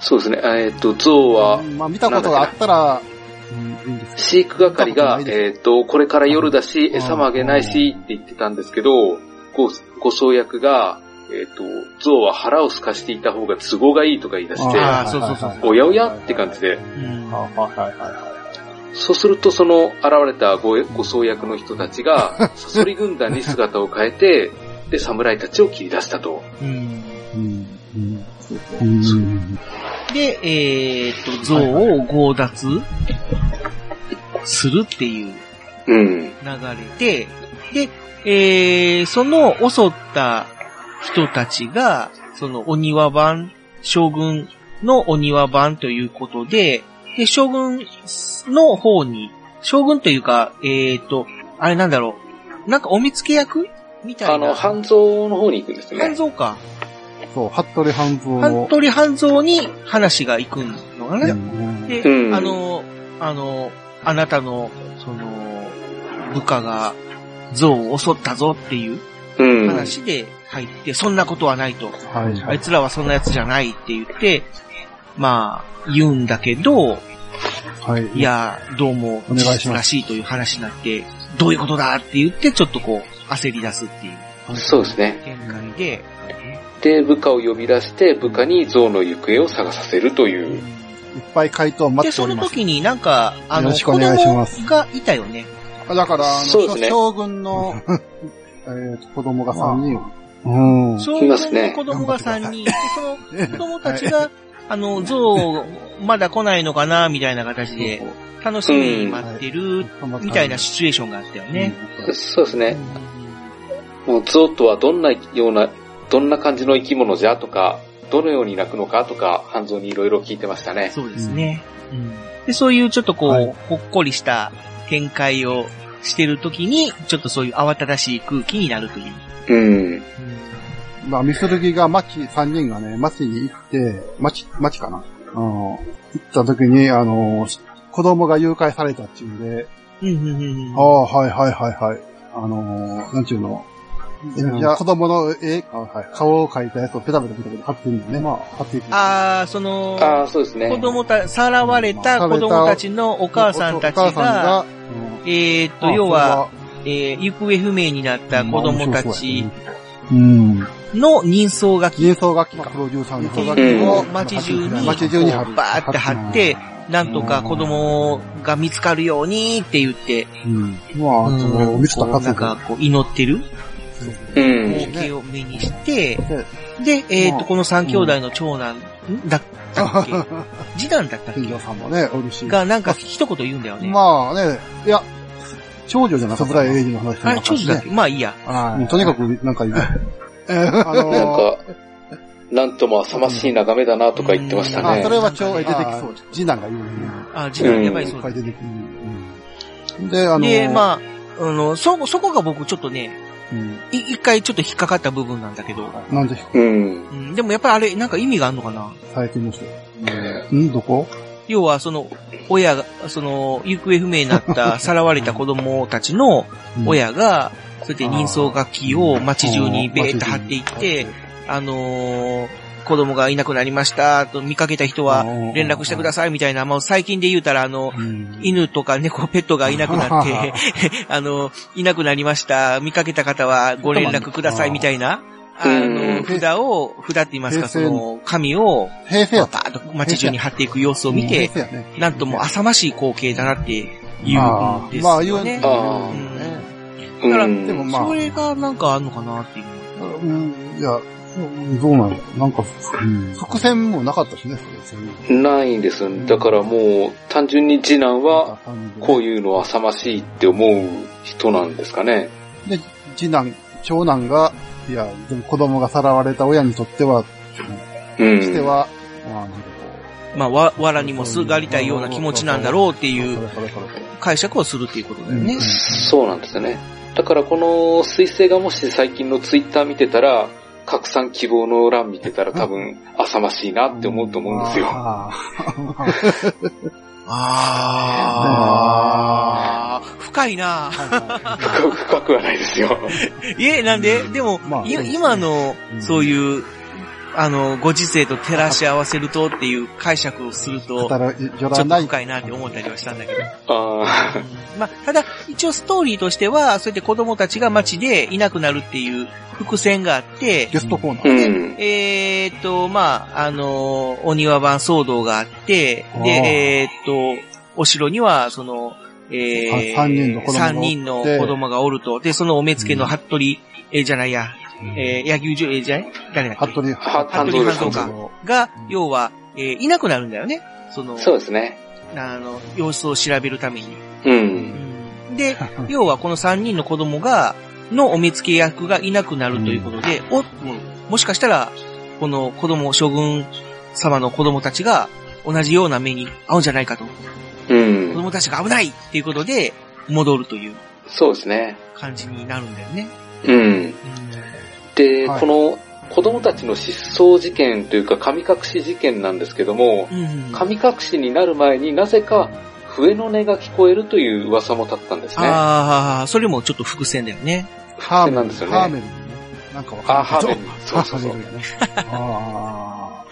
[SPEAKER 4] そうですね。えっと、象
[SPEAKER 2] あ、
[SPEAKER 4] は
[SPEAKER 2] う、んまあ見たことがあったら、うんいいんです
[SPEAKER 4] 飼育係が、
[SPEAKER 2] 見たことない
[SPEAKER 4] えっと、これから夜だし、
[SPEAKER 2] うん
[SPEAKER 4] 餌もあげないし、って言ってたんですけど、ご、ご創役が、えっと、象は腹を空かしていた方が都合がいいとか言い出して、
[SPEAKER 5] あーそうそうそう
[SPEAKER 4] おやおやって感じ。で、
[SPEAKER 5] うん
[SPEAKER 2] はいはいは
[SPEAKER 4] そうするとその現れたごご創役の人たち が、サソリ軍団に姿を変えて、で、侍たちを切り出したと。
[SPEAKER 5] うん
[SPEAKER 2] い。うん。
[SPEAKER 5] で、えーっと、像を強奪するっていう
[SPEAKER 4] うん。
[SPEAKER 5] 流れで、で、えー、その襲った人たちが、そのお庭番、将軍のお庭番ということで、で、将軍の方に、将軍というか、えー、と、あれなんだろう、なんかお見つけ役みた
[SPEAKER 4] あ
[SPEAKER 5] いな。
[SPEAKER 4] の、半蔵の方に行くんです
[SPEAKER 5] 半
[SPEAKER 4] ね。
[SPEAKER 5] 蔵か。
[SPEAKER 2] そう、服部半蔵の。
[SPEAKER 5] 服部半蔵に話が行くのかな
[SPEAKER 2] うん
[SPEAKER 5] で、
[SPEAKER 4] うん
[SPEAKER 5] あの、あの、あなたの、その、部下が、象を襲ったぞっていう
[SPEAKER 4] うん。
[SPEAKER 5] 話で入って、そんなことはないと。
[SPEAKER 2] はい、
[SPEAKER 5] あいつらはそんな奴じゃないって言って、まあ、言うんだけど、
[SPEAKER 2] はい。
[SPEAKER 5] いや、どうも、
[SPEAKER 2] お願いします
[SPEAKER 5] らしいという話になって、どういうことだって言って、ちょっとこう、焦り出すっていう
[SPEAKER 4] そうですね。
[SPEAKER 5] 展開で、
[SPEAKER 4] で、部下を呼び出して、部下に象の行方を探させるという。
[SPEAKER 2] いっぱい回答を待
[SPEAKER 5] で、
[SPEAKER 2] ってお
[SPEAKER 5] そ
[SPEAKER 2] り
[SPEAKER 5] の
[SPEAKER 2] ます。
[SPEAKER 5] 時になんか、あの、
[SPEAKER 2] よろしくお願いします
[SPEAKER 5] 子供がいたよね。
[SPEAKER 2] あだから、あ
[SPEAKER 4] そうです
[SPEAKER 2] の、
[SPEAKER 4] ね
[SPEAKER 2] 将軍 の、えーと、子供が3人。うん。
[SPEAKER 5] そう
[SPEAKER 4] い
[SPEAKER 5] いう
[SPEAKER 4] ますね
[SPEAKER 5] 子供が3人、でその子供たちが、あの、象、まだ来ないのかな、みたいな形で、楽しみに待ってる、みたいなシチュエーションがあったよね。
[SPEAKER 4] そうですね。もう象とはどんなような、どんな感じの生き物じゃとか、どのように鳴くのかとか、半蔵にいろいろ聞いてましたね。
[SPEAKER 5] そうですね。うんで、そういうちょっとこう、
[SPEAKER 2] はい
[SPEAKER 5] ほっこりした展開をしてる時に、ちょっとそういう慌ただしい空気になるという。
[SPEAKER 4] うん。
[SPEAKER 2] まあ、ミスルギがマキ三人がね、町に行って、町、町かなあの、行った時に、あの、子供が誘拐されたっていうんで、
[SPEAKER 5] うんうんうんうん
[SPEAKER 2] ああ、はいはいはいはい。あのー、なんちゅうの。いや、子供の絵、顔を描いたやつをペタペタペタペタ貼ってるんだよね。まあ、貼っていく。
[SPEAKER 5] あー、その、
[SPEAKER 4] ああ、そうですね。
[SPEAKER 5] 子供た、さらわれた子供たちのお母さんたち
[SPEAKER 2] お母さん
[SPEAKER 5] が、
[SPEAKER 2] うん
[SPEAKER 5] えーっと、要は、、えー行方不明になった子供たち。
[SPEAKER 2] うん。
[SPEAKER 5] の人相が
[SPEAKER 2] 人相楽器か、プロデューサーの人
[SPEAKER 5] 人
[SPEAKER 2] 楽
[SPEAKER 5] 相
[SPEAKER 2] 器
[SPEAKER 5] を
[SPEAKER 2] を
[SPEAKER 5] 街中に、
[SPEAKER 2] 街中に貼る。
[SPEAKER 5] バーって貼って、なんとか子供が見つかるようにって言って、
[SPEAKER 2] うん。まあ、
[SPEAKER 5] うん
[SPEAKER 2] その、ミスター
[SPEAKER 5] こうなん
[SPEAKER 2] カ
[SPEAKER 5] かこう祈ってる
[SPEAKER 4] うん。
[SPEAKER 5] 光景を目にして
[SPEAKER 2] ね、
[SPEAKER 5] で、えーっ
[SPEAKER 2] ま
[SPEAKER 5] と、
[SPEAKER 2] あ
[SPEAKER 5] この三兄弟の長男、んだったっけ次男だったっ
[SPEAKER 2] ツ。金城
[SPEAKER 5] け
[SPEAKER 2] さんもね、おるし。
[SPEAKER 5] がなんか一言言うんだよね。
[SPEAKER 2] まあね、いや、長女じゃない桜井英二の話
[SPEAKER 5] あれ、長女だっ
[SPEAKER 2] ね
[SPEAKER 5] け。まあいいや。
[SPEAKER 2] はいうんとにかく、な んか言う。あの
[SPEAKER 4] なんか、なんとも浅ましい眺めだなとか言ってました
[SPEAKER 5] うん
[SPEAKER 2] あ、そ
[SPEAKER 4] ね。
[SPEAKER 2] れは超出てきそう。次男が言うね。
[SPEAKER 5] あ、次男やばい
[SPEAKER 2] い
[SPEAKER 5] そ
[SPEAKER 2] っ
[SPEAKER 5] う
[SPEAKER 2] ぱ
[SPEAKER 5] だ
[SPEAKER 2] い。出てくる。うんで、あの、
[SPEAKER 5] で、まあ、あの、そ、そこが僕ちょっとね、
[SPEAKER 2] うん
[SPEAKER 5] い一回ちょっと引っかかった部分なんだけど、
[SPEAKER 2] なんで
[SPEAKER 4] うん。
[SPEAKER 5] うん、でもやっぱりあれ、なんか意味があるのかな
[SPEAKER 2] 最近の人。うん、どこ
[SPEAKER 5] 要は、その、親が、その、行方不明にな った、さらわれた子供たちの親が、そうやって人相楽器を街中にベーって貼っていって、、あのー子供がいなくなりました、と見かけた人は連絡してくだ
[SPEAKER 2] さ
[SPEAKER 5] さいみたいな、もう最近で言うたら、あの、
[SPEAKER 2] い。
[SPEAKER 5] 犬とか猫、ペットがいなくな って、あの、いなくなりました、見かけた方はご連絡くださいみたいな、あ
[SPEAKER 4] うん
[SPEAKER 5] の、札を、札って言いますか、
[SPEAKER 2] 平
[SPEAKER 5] そ
[SPEAKER 2] 成
[SPEAKER 5] の、紙を、
[SPEAKER 2] 平成やった。
[SPEAKER 5] パーッと街中に貼っていく様子を見て
[SPEAKER 2] 平、成やね
[SPEAKER 5] なんとも浅ましい光景だなっていう
[SPEAKER 2] あ
[SPEAKER 5] ん
[SPEAKER 2] ー
[SPEAKER 5] です
[SPEAKER 2] まあ、言
[SPEAKER 5] よ
[SPEAKER 2] う
[SPEAKER 5] ね。
[SPEAKER 2] ね。
[SPEAKER 4] あ
[SPEAKER 5] だ
[SPEAKER 2] うん
[SPEAKER 4] ーう
[SPEAKER 5] から
[SPEAKER 4] ん。
[SPEAKER 2] でもまあ
[SPEAKER 5] それがなんかあんのかなっていう。
[SPEAKER 2] うん、いや、うんどうなのなんか、伏線もなかったしね、それ
[SPEAKER 4] ないんです。だからもう、単純に次男は、、こう
[SPEAKER 2] い
[SPEAKER 4] いうのは浅ましいって思う人なんですかね。
[SPEAKER 2] う。で、次男、長男が、いや、でも子供がさらわれた親にとっては、
[SPEAKER 4] うん。
[SPEAKER 2] しては、まあ、
[SPEAKER 5] まあ、わ、わらにもすがりたいような気持ちなんだろうって
[SPEAKER 2] い
[SPEAKER 5] いう解釈をするっていうことだよね。
[SPEAKER 4] そうなんですよね。だからこの彗星がもし最近のツイッター見てたら、拡散希望の欄見てたら多分浅ましいなって思うと思うんですよ。
[SPEAKER 2] あ
[SPEAKER 5] あー。深いな
[SPEAKER 2] ーはいはい
[SPEAKER 4] 深く深くはないですよ。
[SPEAKER 5] え、なんででも、
[SPEAKER 2] まあ
[SPEAKER 5] い
[SPEAKER 2] そうですね
[SPEAKER 5] 今の
[SPEAKER 2] う、ん
[SPEAKER 5] そういう、あの、ご時世と照らし合わせるとっていう解釈をすると、ちょっ
[SPEAKER 2] 働き、ジョラ
[SPEAKER 5] と
[SPEAKER 2] ない。
[SPEAKER 5] 深いなって思ったりはしたんだけど。
[SPEAKER 4] ああ、
[SPEAKER 5] まあ、ただ、一応ストーリーとしては、そうやって子供たちが街でいなくなるっていう伏線があって、
[SPEAKER 2] ゲストコーナ
[SPEAKER 4] う
[SPEAKER 2] ー。
[SPEAKER 4] ん。
[SPEAKER 5] えーっと、まあ、あのーお庭番騒動があって、
[SPEAKER 2] あー
[SPEAKER 5] で、えーっと、お城には、その、えー、
[SPEAKER 2] あ三人の子供がおって
[SPEAKER 5] 三人の子供がおると。で、そのお目付けの服部、えーじゃないや、えー、柳生じょ、えー、じゃね誰だっけ
[SPEAKER 2] 服部、
[SPEAKER 4] は
[SPEAKER 5] 服部半蔵かが、要は、えー、いなくなるんだよね。その、
[SPEAKER 4] そうですね。
[SPEAKER 5] あの、様子を調べるために。
[SPEAKER 4] うん。
[SPEAKER 5] で、要はこの3人の子供が、のお目付け役がいなくなるということで、お、うんもしかしたら、この子供、将軍様の子供たちが、同じような目に遭うんじゃないかと。
[SPEAKER 4] う
[SPEAKER 5] 子
[SPEAKER 4] ん。
[SPEAKER 5] 供たちが危ないっていうことで、戻るという
[SPEAKER 4] そうですね。
[SPEAKER 5] 感じになるんだよね。
[SPEAKER 4] うん。で、
[SPEAKER 2] はい
[SPEAKER 4] この子供たちの失踪事件というか神隠し事件なんですけども、
[SPEAKER 5] うん。うん
[SPEAKER 4] 神隠しになる前になぜか笛の音が聞こえるという噂も立ったんですね。
[SPEAKER 5] ああ、それもちょっと伏線だよね。
[SPEAKER 2] ハーメ
[SPEAKER 4] なん
[SPEAKER 2] ン
[SPEAKER 4] ですよね
[SPEAKER 2] ハーメンね。なんかわかんない
[SPEAKER 4] あハーメン
[SPEAKER 2] けど
[SPEAKER 4] そうそうそう
[SPEAKER 2] ハーメンね。あ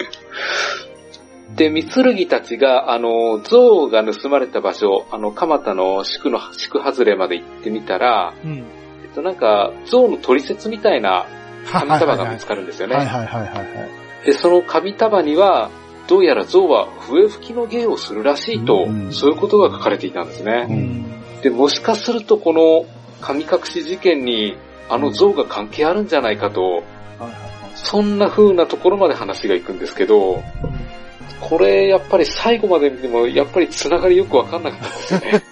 [SPEAKER 4] で、三剣たちが、あの、像が盗まれた場所、あの、蒲田の宿の、宿外れまで行ってみたら、
[SPEAKER 5] うん。
[SPEAKER 4] えっと、なんか、像の取説みたいな
[SPEAKER 2] あ。
[SPEAKER 4] 紙束が見つかるんですよ
[SPEAKER 2] はい
[SPEAKER 4] ね。
[SPEAKER 2] はいはいはいはい。
[SPEAKER 4] で、その紙束には、どうやら像は笛吹きの芸をするらしいと
[SPEAKER 2] う、ん
[SPEAKER 4] そういうことが書かれていたんですね。
[SPEAKER 2] うん
[SPEAKER 4] で、もしかするとこの神隠し事件に、あの像が関係あるんじゃないかと、
[SPEAKER 2] はいはい
[SPEAKER 4] そんな風なところまで話が行くんですけど、これやっぱり最後まで見てもやっぱりつながりよくわかんなかったですよね。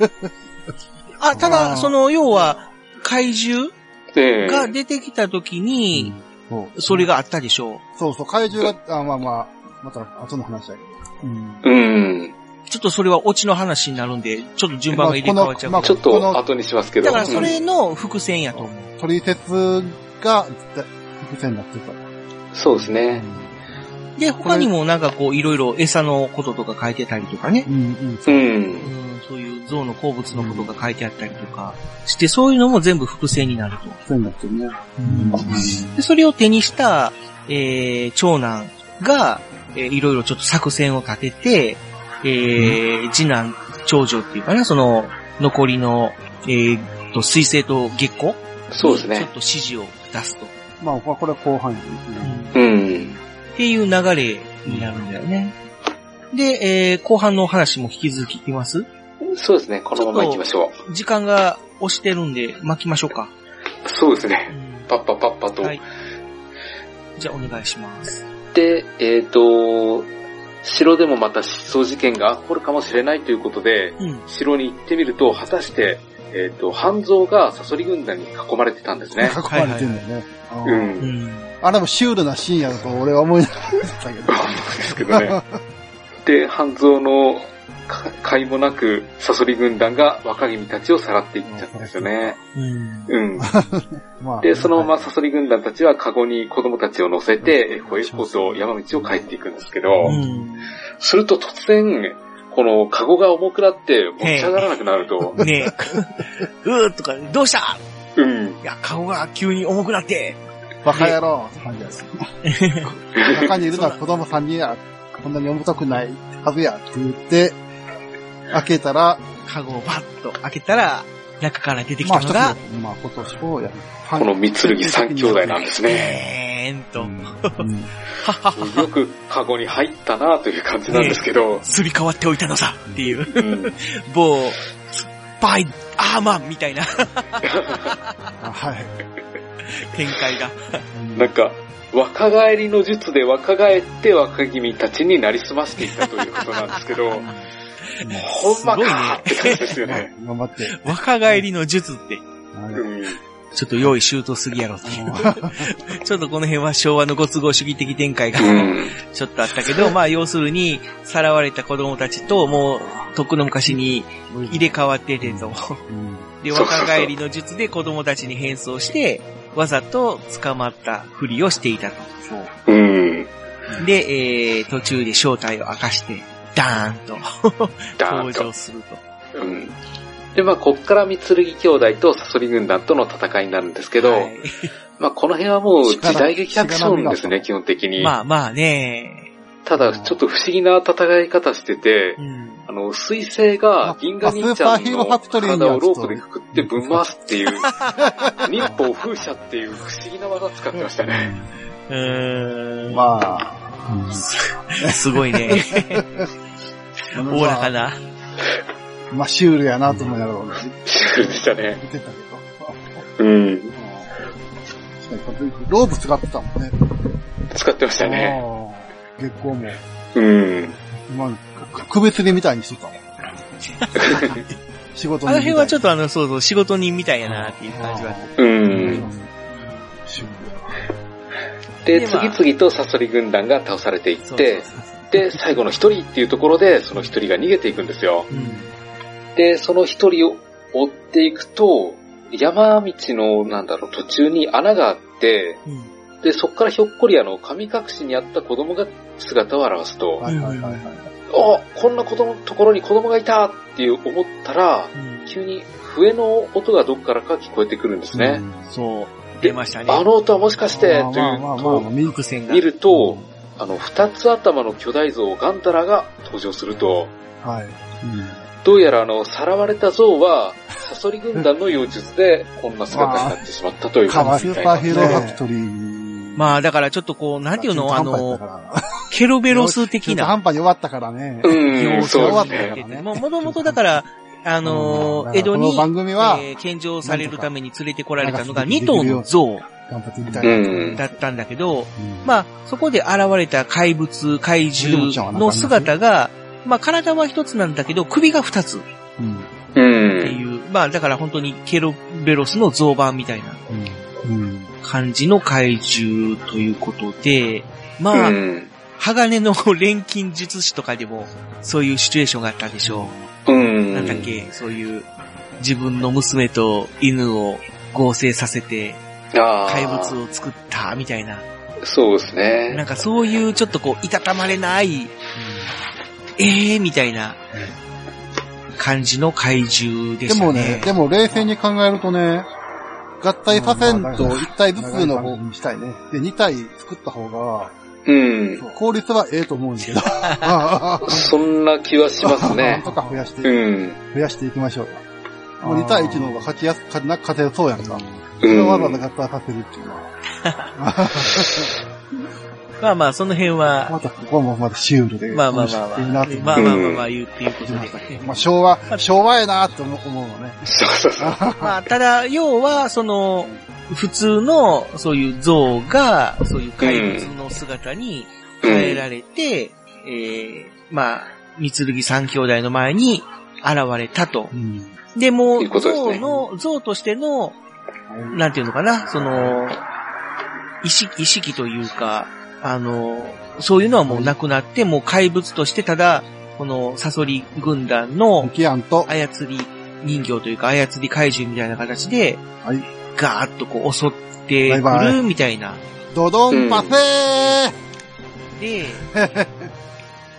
[SPEAKER 5] あ、た
[SPEAKER 2] あー
[SPEAKER 5] だ、その、要は、怪獣
[SPEAKER 4] ええ
[SPEAKER 5] が出てきた時に、
[SPEAKER 2] はいそう
[SPEAKER 5] それがあったでしょう。
[SPEAKER 2] そうそう、怪獣が、あまあまあ、また後の話だけど。うん
[SPEAKER 4] うん。
[SPEAKER 5] ちょっとそれはオチの話になるんで、ちょっと順番が入れ替わっちゃうけど。
[SPEAKER 2] まあこ
[SPEAKER 4] ちょっ
[SPEAKER 2] この
[SPEAKER 4] と後にしますけど。
[SPEAKER 5] だからそれ
[SPEAKER 4] うん
[SPEAKER 5] の伏線やと思う。
[SPEAKER 2] 取説が、伏線になってるから。
[SPEAKER 4] そうですね。
[SPEAKER 5] で、他にもなんかこう、いろいろ餌のこととか書いてたりとかね。
[SPEAKER 2] うんうん。
[SPEAKER 4] うん。
[SPEAKER 5] うん、そういう象の好物のことが書いてあったりとかして、そういうのも全部伏線になると。
[SPEAKER 2] 伏線になってるね。
[SPEAKER 5] で、それを手にした、えー、長男が、えー、いろいろちょっと作戦を立てて、えー、次男、長女っていうかな、その、残りの、えー、と、水星と月光
[SPEAKER 4] そうです
[SPEAKER 5] ちょっ
[SPEAKER 4] ね
[SPEAKER 5] と。指示を出すと。
[SPEAKER 2] まあ、これは後半やね。
[SPEAKER 4] うん。
[SPEAKER 5] っていう流れになるんだよね。で、えー、後半のお話も引き続きいきます
[SPEAKER 4] そうですね。このまま行きましょ
[SPEAKER 5] 時間が押してるんで巻きましょうか。
[SPEAKER 4] う。そうですね。パッパパッパと。
[SPEAKER 5] はい。じゃあお願いします。
[SPEAKER 4] で、えっ、と、城でもまた失踪事件が起こるかもしれないということで、
[SPEAKER 5] うん。
[SPEAKER 4] 城に行ってみると、果たして、えっ、と、半蔵がサソリ軍団に囲まれてたんで すね。
[SPEAKER 2] 囲まれてんだよね。あ
[SPEAKER 4] う。
[SPEAKER 2] ー
[SPEAKER 5] うんん。
[SPEAKER 2] あれもシュールなシーンやと俺は思いながら見てたけ ど。
[SPEAKER 4] ですけどね。 で、半蔵のか甲斐もなく、サソリ軍団が若君たちをさらっていっちゃったんですよね。
[SPEAKER 5] うん。
[SPEAKER 4] うん。
[SPEAKER 2] まあ
[SPEAKER 4] で、そのままサソリ軍団たちはカゴに子供たちを乗せて、えこえこそ山道を帰っていくんですけど、
[SPEAKER 5] うん。
[SPEAKER 4] すると突然、このカゴが重くなって持ち上がらなくなると、
[SPEAKER 5] ねえ。 うーとか、どうした
[SPEAKER 4] うん。
[SPEAKER 5] いや、顔が急に重くなって。
[SPEAKER 2] バカ野郎って感じやす。中にいるのは子供3人や、こんなに重たくないはずやって言って、開けたら、
[SPEAKER 5] カゴをバッと開けたら、中から出てき
[SPEAKER 2] まあ
[SPEAKER 5] た
[SPEAKER 2] 一
[SPEAKER 5] の
[SPEAKER 2] つ
[SPEAKER 5] が、
[SPEAKER 2] の、まあ今年をやる。
[SPEAKER 4] この三剣三兄弟なんで す
[SPEAKER 5] え
[SPEAKER 4] ね。
[SPEAKER 5] ーんと、
[SPEAKER 2] うん
[SPEAKER 4] よくカゴに入ったなという感じなんですけど、
[SPEAKER 5] すり替わっておいたのさっていう。
[SPEAKER 4] うん。
[SPEAKER 5] 某、酸っぱいアーマンみたいな
[SPEAKER 2] あはい。
[SPEAKER 5] 展開が。
[SPEAKER 4] なんか、若返りの術で若返って若君たちになりすましていたということなんですけど、ほんまかーって感じですよね。
[SPEAKER 2] 頑張って。
[SPEAKER 5] 若返りの術って、
[SPEAKER 2] はい
[SPEAKER 4] うん。
[SPEAKER 5] ちょっと用意周到すぎやろっていう。 ちょっとこの辺は昭和のご都合主義的展開が
[SPEAKER 4] うん。
[SPEAKER 5] ちょっとあったけど、まあ要するに、さらわれた子供たちともう、とっくの昔に入れ替わっててと。
[SPEAKER 2] うん
[SPEAKER 5] で、若返りの術で子供たちに変装して、わざと捕まったふりをしていたと。
[SPEAKER 4] うん。
[SPEAKER 5] で、えー、途中で正体を明かして、ダーンと
[SPEAKER 4] ダーン
[SPEAKER 5] 登
[SPEAKER 4] と
[SPEAKER 5] 場。すると。
[SPEAKER 4] うん。で、まあ、こっから三剣兄弟とサソリ軍団との戦いになるんですけど、
[SPEAKER 5] はい
[SPEAKER 4] まあ、この辺はもう時代劇アクションですね、基本的に。
[SPEAKER 5] まあまあね、
[SPEAKER 4] ただ、ちょっと不思議な戦い方してて、
[SPEAKER 5] うん、
[SPEAKER 4] あの、水星が銀河兄ちゃんの体をロープでくくってぶん回すっていう、 忍法風車っていう不思議な技使ってましたね。
[SPEAKER 5] うーん、
[SPEAKER 2] まあ、うん
[SPEAKER 5] すごい ね。おおらかな。
[SPEAKER 2] まあ、シュールやなと思いながら俺
[SPEAKER 4] シュールでしたね。
[SPEAKER 2] 見てたけど。
[SPEAKER 4] うん。
[SPEAKER 2] 確かに、ローブ使ってたもんね。
[SPEAKER 4] 使ってましたね。
[SPEAKER 2] あー月光も、
[SPEAKER 4] うん。
[SPEAKER 2] まあ、格別にみたいにしてたもん。仕事
[SPEAKER 5] あの辺はちょ
[SPEAKER 2] っ
[SPEAKER 5] っとあの、そうそう、仕事人みたいやなっていう感じは。
[SPEAKER 4] うん。で、
[SPEAKER 5] でまあ
[SPEAKER 4] 次々とサソリ軍団が倒されていっ
[SPEAKER 5] そう
[SPEAKER 4] て
[SPEAKER 5] そう、
[SPEAKER 4] で、最後の一人っていうところで、その一人が逃げていくんですよ。で、その一人を追っていくと、山道の、なんだろう、途中に穴があって、
[SPEAKER 5] うん
[SPEAKER 4] で、そこからひょっこりあの、神隠しにあった子供が姿を現すと、あ、
[SPEAKER 2] はいはいはいはい。
[SPEAKER 4] こんな子供のところに子供がいたっていう思ったら、
[SPEAKER 5] うん
[SPEAKER 4] 急に笛の音がどっからか聞こえてくるんですね。
[SPEAKER 5] そう。出ましたね。
[SPEAKER 4] あの音はもしかして、と
[SPEAKER 2] ま
[SPEAKER 4] い
[SPEAKER 2] あまあ
[SPEAKER 4] う
[SPEAKER 2] まあ
[SPEAKER 4] と
[SPEAKER 2] まあ、ミル
[SPEAKER 5] 伏線が
[SPEAKER 4] 見。ると、あの、二つ頭の巨大像ガンダラが登場すると、
[SPEAKER 2] はい。
[SPEAKER 4] どうやらあの、さらわれた像は、サソリ軍団の妖術で、こんな姿になってしまったという
[SPEAKER 2] カバ
[SPEAKER 4] 感
[SPEAKER 2] スー
[SPEAKER 4] じみたい
[SPEAKER 2] パ
[SPEAKER 4] な
[SPEAKER 2] ーヒーローファクトリー。
[SPEAKER 5] まあ、だからちょっとこう、なんていうのあの、
[SPEAKER 2] ベ
[SPEAKER 5] ケロベロス的な。
[SPEAKER 2] 半端に終わったからね。
[SPEAKER 4] うん、そ
[SPEAKER 2] 終
[SPEAKER 4] うです
[SPEAKER 2] わ
[SPEAKER 4] ね。
[SPEAKER 2] ったからね
[SPEAKER 5] もともとだから、あの
[SPEAKER 2] う
[SPEAKER 5] ー
[SPEAKER 2] ん
[SPEAKER 5] 江戸
[SPEAKER 2] この
[SPEAKER 5] に、
[SPEAKER 2] 番組は
[SPEAKER 5] えー献上されるために連れてこられたの
[SPEAKER 2] な
[SPEAKER 5] が
[SPEAKER 2] んとか
[SPEAKER 5] 2頭の像
[SPEAKER 2] 頑張ってみたい
[SPEAKER 4] うん
[SPEAKER 2] な。
[SPEAKER 5] だったんだけど、
[SPEAKER 2] うん
[SPEAKER 5] まあ、そこで現れた怪物、怪獣の姿が、まあ、体は一つなんだけど、首が二つっ
[SPEAKER 2] うん
[SPEAKER 4] う
[SPEAKER 5] て
[SPEAKER 4] ん。
[SPEAKER 5] いう、まあ、だから本当にケロベロスの像版みたいな
[SPEAKER 2] うんうん
[SPEAKER 5] 感じの怪獣ということで、まあ、
[SPEAKER 4] うん。
[SPEAKER 5] 鋼の錬金術師とかでも、そういうシチュエーションがあったでしょ
[SPEAKER 4] う
[SPEAKER 5] う。
[SPEAKER 4] ん。
[SPEAKER 5] なんだっけ、そういう、自分の娘と犬を合成させて、
[SPEAKER 4] あー
[SPEAKER 5] 怪物を作った、みたいな。
[SPEAKER 4] そうです
[SPEAKER 5] なん
[SPEAKER 4] ね。
[SPEAKER 5] かそういうちょっとこう、いたたまれない、ええー、みたいな感じの怪獣で
[SPEAKER 2] で
[SPEAKER 5] した
[SPEAKER 2] も
[SPEAKER 5] ね
[SPEAKER 2] ね、。でも冷静に考えるとね、合体させんと1体ずつの方にしたいね。で、2体作った方が、
[SPEAKER 4] うん。
[SPEAKER 2] 効率はええと思うんですけど。あ
[SPEAKER 4] そんな気はします
[SPEAKER 2] あなん
[SPEAKER 4] ね
[SPEAKER 2] と。か増やして、
[SPEAKER 4] うん。
[SPEAKER 2] 増やしていきましょうよ。もう2対1の方が勝ちやす、勝てな勝てそうやんか。それをわざわざ合体させるっていうのは。
[SPEAKER 5] まあまあ、その辺は、
[SPEAKER 2] またここもまたシュールで。
[SPEAKER 5] まあまあまあまあ、まあ
[SPEAKER 2] 楽しい
[SPEAKER 5] ま
[SPEAKER 2] な
[SPEAKER 5] あ
[SPEAKER 2] と
[SPEAKER 5] まあまあ、言うっていうことで。
[SPEAKER 2] まあ昭和、昭和やなって思うのね。
[SPEAKER 4] そうそうそう。
[SPEAKER 5] まあ、ただ、要は、その、普通の、そういう像が、そういう怪物の姿に変えられて、えー、まあ、三剣三兄弟の前に現れたと。
[SPEAKER 2] うん。
[SPEAKER 5] でも、
[SPEAKER 4] いうことです
[SPEAKER 5] 像
[SPEAKER 4] ね
[SPEAKER 5] の、像としての、なんていうのかな、その、意識、意識というか、あの、そういうのはもうなくなって、もう怪物としてただ、このサソリ軍団の
[SPEAKER 2] ミキアンと、
[SPEAKER 5] 操り人形というか、操り怪獣みたいな形で、
[SPEAKER 2] はい
[SPEAKER 5] ガーッとこう襲って
[SPEAKER 2] バイ
[SPEAKER 5] く
[SPEAKER 2] バ
[SPEAKER 5] るみたいな。
[SPEAKER 2] ドドンパセー
[SPEAKER 5] で、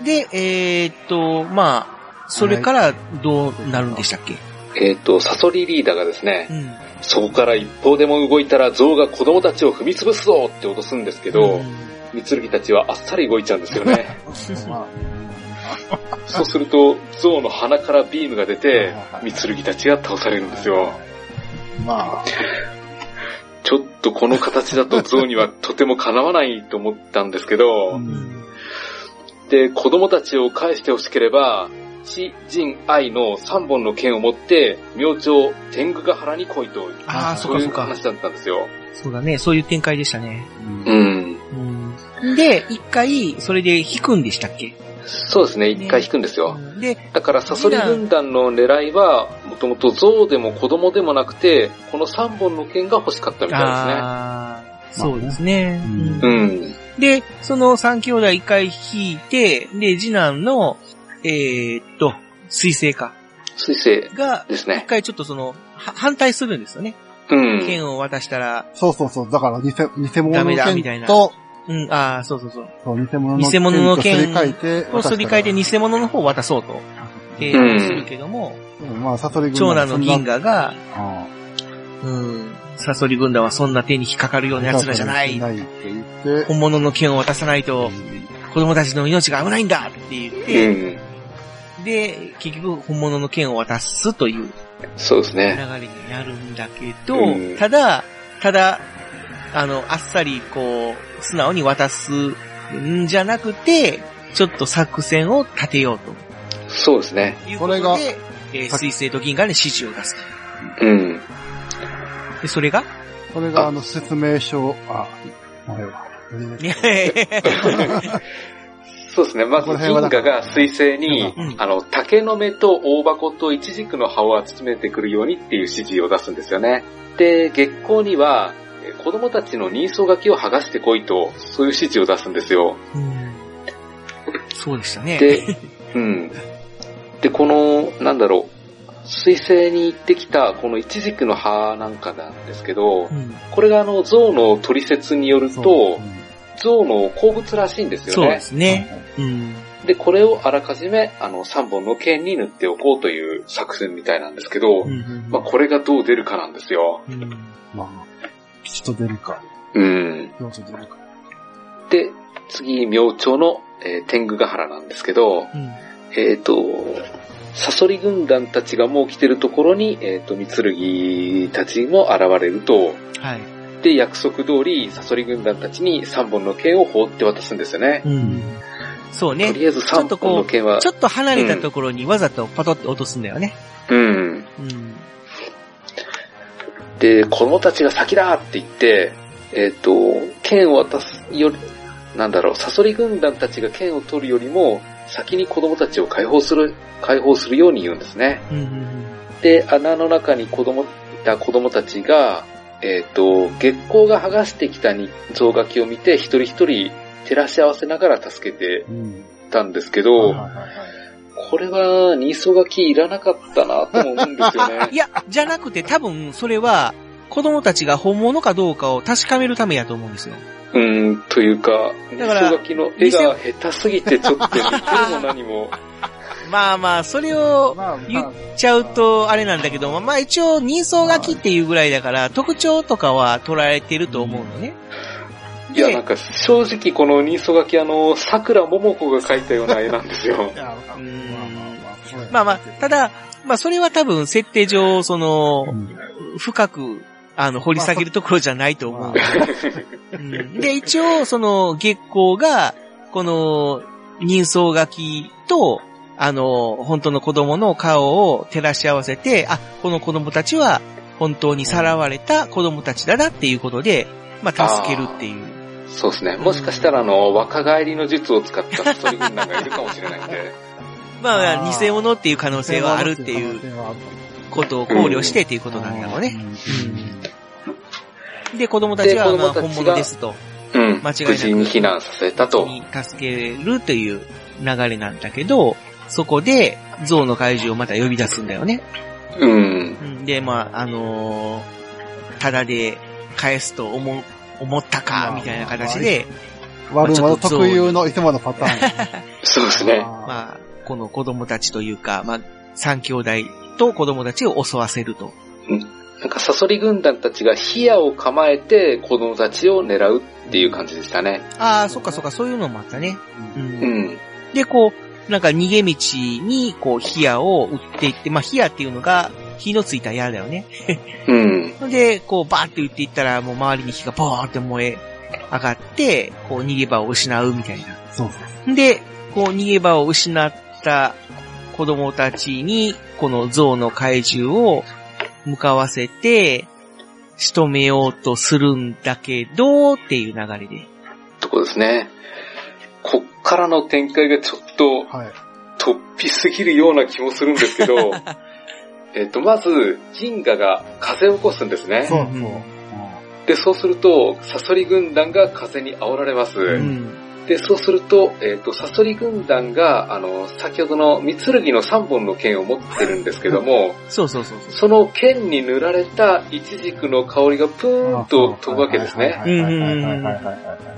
[SPEAKER 5] で、えーっと、まあ、それからどうなるんでしたっけ、
[SPEAKER 4] えっと、サソリリーダーがですね、
[SPEAKER 5] うん。
[SPEAKER 4] そこから一方でも動いたら象が子供たちを踏み潰すぞって脅すんですけど、三剣たちはあっさり動いちゃうんですよね。
[SPEAKER 2] ま
[SPEAKER 4] そうすると、象の鼻からビームが出て
[SPEAKER 2] はいは、い
[SPEAKER 4] 三剣たちが倒されるんですよ。
[SPEAKER 2] あ、まあ、
[SPEAKER 4] ちょっとこの形だと象にはとてもかなわないと思ったんですけど、
[SPEAKER 2] うん
[SPEAKER 4] で、子供たちを返してほしければ、地、人、愛の3本の剣を持って、明朝、天狗が原に来いと、
[SPEAKER 5] ああ、そっ
[SPEAKER 4] そ
[SPEAKER 5] か
[SPEAKER 4] うい
[SPEAKER 5] そうっか。
[SPEAKER 4] 話だったんですよ。
[SPEAKER 5] そうだね、そういう展開でしたね。
[SPEAKER 4] うん。
[SPEAKER 5] で、一回、それで引くんでしたっけ
[SPEAKER 4] そうですね、一回引くんですよ。
[SPEAKER 5] で、
[SPEAKER 4] だから、サソリ軍団の狙いは、もともと象でも子供でもなくて、この3本の剣が欲しかったみたいですね。
[SPEAKER 5] あーそうですね。
[SPEAKER 2] うん
[SPEAKER 4] うん。
[SPEAKER 5] で、その三兄弟一回引いて、で、次男の、えーっと、水星か、
[SPEAKER 4] 水星
[SPEAKER 5] が、
[SPEAKER 4] です
[SPEAKER 5] 一
[SPEAKER 4] ね。
[SPEAKER 5] 回ちょっとその、は反対するんですよね。
[SPEAKER 4] うん。
[SPEAKER 5] 剣を渡したら、
[SPEAKER 2] そうそうそう。だから偽、偽物
[SPEAKER 5] ダメ
[SPEAKER 2] の
[SPEAKER 5] だみたい
[SPEAKER 2] 剣
[SPEAKER 5] な
[SPEAKER 2] と、
[SPEAKER 5] うん、ああ、そうそうそう。
[SPEAKER 2] そう偽物
[SPEAKER 5] 偽物の
[SPEAKER 2] の
[SPEAKER 5] 剣
[SPEAKER 2] 剣とすり替えて、
[SPEAKER 5] をすり替えて
[SPEAKER 2] 渡し
[SPEAKER 5] 偽物の方を渡そうと、提案するけども、
[SPEAKER 2] たらうんまあ、サソリ軍
[SPEAKER 5] 長男の銀河が、
[SPEAKER 2] が、
[SPEAKER 5] うん、サソリ軍団はそんな手に引っかかるような奴らじゃない
[SPEAKER 2] ないって言って、
[SPEAKER 5] 本物の剣を渡さないと、子供たちの命が危ないんだって言っ
[SPEAKER 4] う
[SPEAKER 5] て、
[SPEAKER 4] ん。
[SPEAKER 5] で、結局本物の剣を渡すという
[SPEAKER 4] そうです
[SPEAKER 5] 流
[SPEAKER 4] ね。
[SPEAKER 5] れになるんだけど
[SPEAKER 4] うん、
[SPEAKER 5] ただ、ただ、あの、あっさりこう、素直に渡すんじゃなくて、ちょっと作戦を立てようと
[SPEAKER 4] そうですね。
[SPEAKER 5] いう
[SPEAKER 2] こ
[SPEAKER 5] こと
[SPEAKER 2] れが
[SPEAKER 5] で、えー、水星と銀河に指示を出すと。
[SPEAKER 4] うん。
[SPEAKER 5] で、それが
[SPEAKER 2] それが、あの、説明書、あ、あれは。
[SPEAKER 4] そうですね。まず、銀河が水星に、あの、竹の芽と大箱とイチジクの葉を集めてくるようにっていう指示を出すんですよね。で、月光には、子供たちの人相書きを剥がしてこいと、そういう指示を出すんですよ。うん、
[SPEAKER 5] そうでしたね。
[SPEAKER 4] で、うん。で、この、なんだろう、水星に行ってきた、このイチジクの葉なんかなんですけど、うん、これがあの、象の取説によると、象の好物らしいんですよね。、
[SPEAKER 5] そうですね。うん
[SPEAKER 4] で、これをあらかじめ、あの、3本の剣に塗っておこうという作戦みたいなんですけど、うん、まあ、これがどう出るかなんですよ。うん、
[SPEAKER 2] まあ、吉と出るか。
[SPEAKER 4] うん。
[SPEAKER 2] 明と出るか。
[SPEAKER 4] で、次、明朝の、えー、天狗ヶ原なんですけど、えっ、ー、と、サソリ軍団たちがもう来てるところに、えっ、ー、と、三剣たちも現れると、はい。で、約束通り、サソリ軍団たちに3本の剣を放って渡すんですよね。うん。
[SPEAKER 5] そうね。
[SPEAKER 4] とりあえず3本の剣は。
[SPEAKER 5] ちょっと離れたところにわざとパトって落とすんだよね。
[SPEAKER 4] うん。うんで、子供たちが先だって言って、えっ、ー、と、剣を渡すより、なんだろう、サソリ軍団たちが剣を取るよりも、先に子供たちを解放する、解放するように言うんですね。うんうん、で、穴の中に子供、いた子供たちが、えっ、ー、と、月光が剥がしてきたに像書きを見て、一人一人照らし合わせながら助けてたんですけど、これは、二層書きいらなかったなと思うんですよね。
[SPEAKER 5] いや、じゃなくて多分、それは、子供たちが本物かどうかを確かめるためやと思うんですよ。
[SPEAKER 4] うん、というか、だから、書きの絵が下手すぎてちょっと似てるも何 も。
[SPEAKER 5] まあまあ、それを言っちゃうとあれなんだけど、まあ、まあ一応、人相書きっていうぐらいだから、特徴とかは捉えてると思うのね。
[SPEAKER 4] いや、なんか正直この人相書きあの、桜桃子が描いたような絵なんですよ。
[SPEAKER 5] まあまあ、ただ、まあそれは多分設定上、その、深くあの、掘り下げるところじゃないと思う。うん、で、一応、その、月光が、この、人相書きと、あの、本当の子供の顔を照らし合わせて、あ、この子供たちは、本当にさらわれた子供たちだなっていうことで、まあ、助けるっていう。
[SPEAKER 4] そうですね。もしかしたら、あの、若返りの術を使った一人軍団がいるかもしれないんで。
[SPEAKER 5] まあ、偽物っていう可能性はあるっていう。ことを考慮してっていうことなんだろうね。で、子供たちは、まあ、本物ですと。
[SPEAKER 4] うん。間違いなく。無事に避難させたと。
[SPEAKER 5] に助けるという流れなんだけど、そこで、象の怪獣をまた呼び出すんだよね。
[SPEAKER 4] うん。
[SPEAKER 5] で、まあ、あのー、ただで返すと思、思ったか、みたいな形で。
[SPEAKER 2] 悪者特有のいつものパターン。
[SPEAKER 4] そうですね。
[SPEAKER 5] まあ、この子供たちというか、まあ、三兄弟と子供たちを襲わせると。
[SPEAKER 4] うん。なんかサソリ軍団たちが火矢を構えて子供たちを狙うっていう感じでしたね。
[SPEAKER 5] ああ、そっかそっか、そういうのもあったね。うん。うん、で、こう、なんか逃げ道に、こう、火矢を打っていって、まあ、火矢っていうのが、火のついた矢だよね。
[SPEAKER 4] うん。
[SPEAKER 5] で、こう、バーって打っていったら、もう周りに火がボーって燃え上がって、こう、逃げ場を失うみたいな。
[SPEAKER 2] そう
[SPEAKER 5] そう。で、こう、逃げ場を失った子供たちに、この象の怪獣を向かわせて、仕留めようとするんだけど、っていう流れで。
[SPEAKER 4] とこですね。こっからの展開がちょっと、はい、突飛すぎるような気もするんですけ ど、えっと、まず、銀河が風を起こすんですね。。
[SPEAKER 2] そうそう
[SPEAKER 4] で、そうすると、サソリ軍団が風に煽られます。うんで、そうすると、えっ、ー、と、サソリ軍団が、あの、先ほどの三剣の3本の剣を持ってるんですけども、
[SPEAKER 5] そうそうそう
[SPEAKER 4] その剣に塗られたイチジクの香りがプーンと飛ぶわけですね。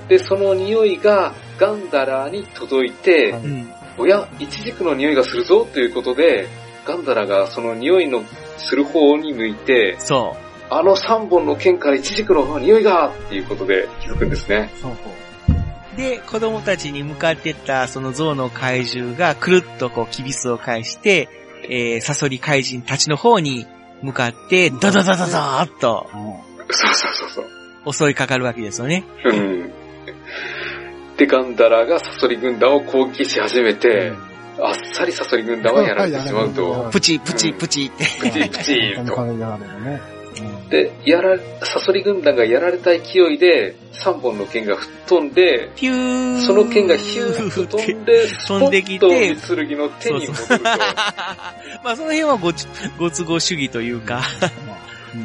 [SPEAKER 4] で、その匂いがガンダラに届いて、うん、おや、イチジクの匂いがするぞということで、ガンダラがその匂いのする方に向いて、。
[SPEAKER 5] そう
[SPEAKER 4] あの3本の剣からイチジクの匂いがっていうことで気づくんですね。そうそう
[SPEAKER 5] で、子供たちに向かってったその象の怪獣がくるっとこうキビスを返して、えー、サソリ怪人たちの方に向かって、ダダダダダーっと、。
[SPEAKER 4] そうそうそうそう
[SPEAKER 5] 襲いかかるわけですよね。
[SPEAKER 4] うん。で、ガンダラがサソリ軍団を攻撃し始めて、うん、あっさりサソリ軍団はやられてしまうと。
[SPEAKER 5] プチ、プチ、プチって。
[SPEAKER 4] プチ、プチ、と。で、やら、サソリ軍団がやられた勢いで、3本の剣が吹っ飛んで、
[SPEAKER 5] ピュー
[SPEAKER 4] その剣がヒューッと飛んで、スポ
[SPEAKER 5] 飛んでき
[SPEAKER 4] ッ
[SPEAKER 5] て
[SPEAKER 4] と三剣の手に戻る と、
[SPEAKER 5] まあその辺はごち、ご都合主義というか。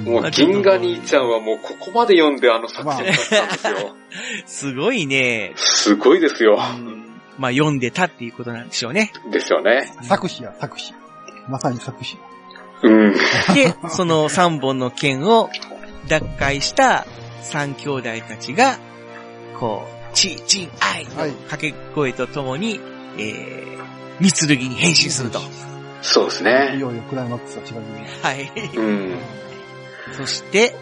[SPEAKER 4] もう銀河兄ちゃんはもうここまで読んであの作戦だったんです よ。
[SPEAKER 5] すごいね。
[SPEAKER 4] すごいですよ。
[SPEAKER 5] まあ読んでたっていうことなんでしょう ね。
[SPEAKER 4] ですよね。
[SPEAKER 2] 作詞や、作詞。まさに作詞。
[SPEAKER 4] うん。
[SPEAKER 5] で、その3本の剣を奪回した3兄弟たちが、こう、チーチンアイの
[SPEAKER 2] はい
[SPEAKER 5] 掛け声とともに、えー、三剣に変身すると。
[SPEAKER 4] そうです
[SPEAKER 2] い
[SPEAKER 4] ね。
[SPEAKER 2] よいよクライマックスは違うね。
[SPEAKER 5] はい。
[SPEAKER 4] うん。
[SPEAKER 5] そして、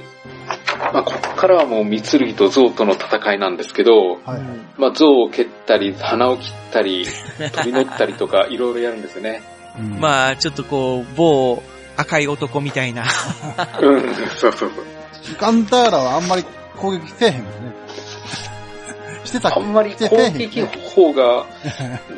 [SPEAKER 4] まあ、ここからはもう三剣と象との戦いなんですけど、
[SPEAKER 2] はいはい。
[SPEAKER 4] まあ、象を蹴ったり、鼻を切っ たり、飛び乗ったりとか、いろいろやるんですよね。
[SPEAKER 2] あ、
[SPEAKER 5] まあ、ちょっとこう、某赤い男みたいな。
[SPEAKER 4] うん、そうそうそう。
[SPEAKER 2] ガンダーラはあんまり攻撃せえへんもんね。してたっ
[SPEAKER 4] あ
[SPEAKER 2] け
[SPEAKER 4] んまり
[SPEAKER 2] して
[SPEAKER 4] 攻撃 方法が、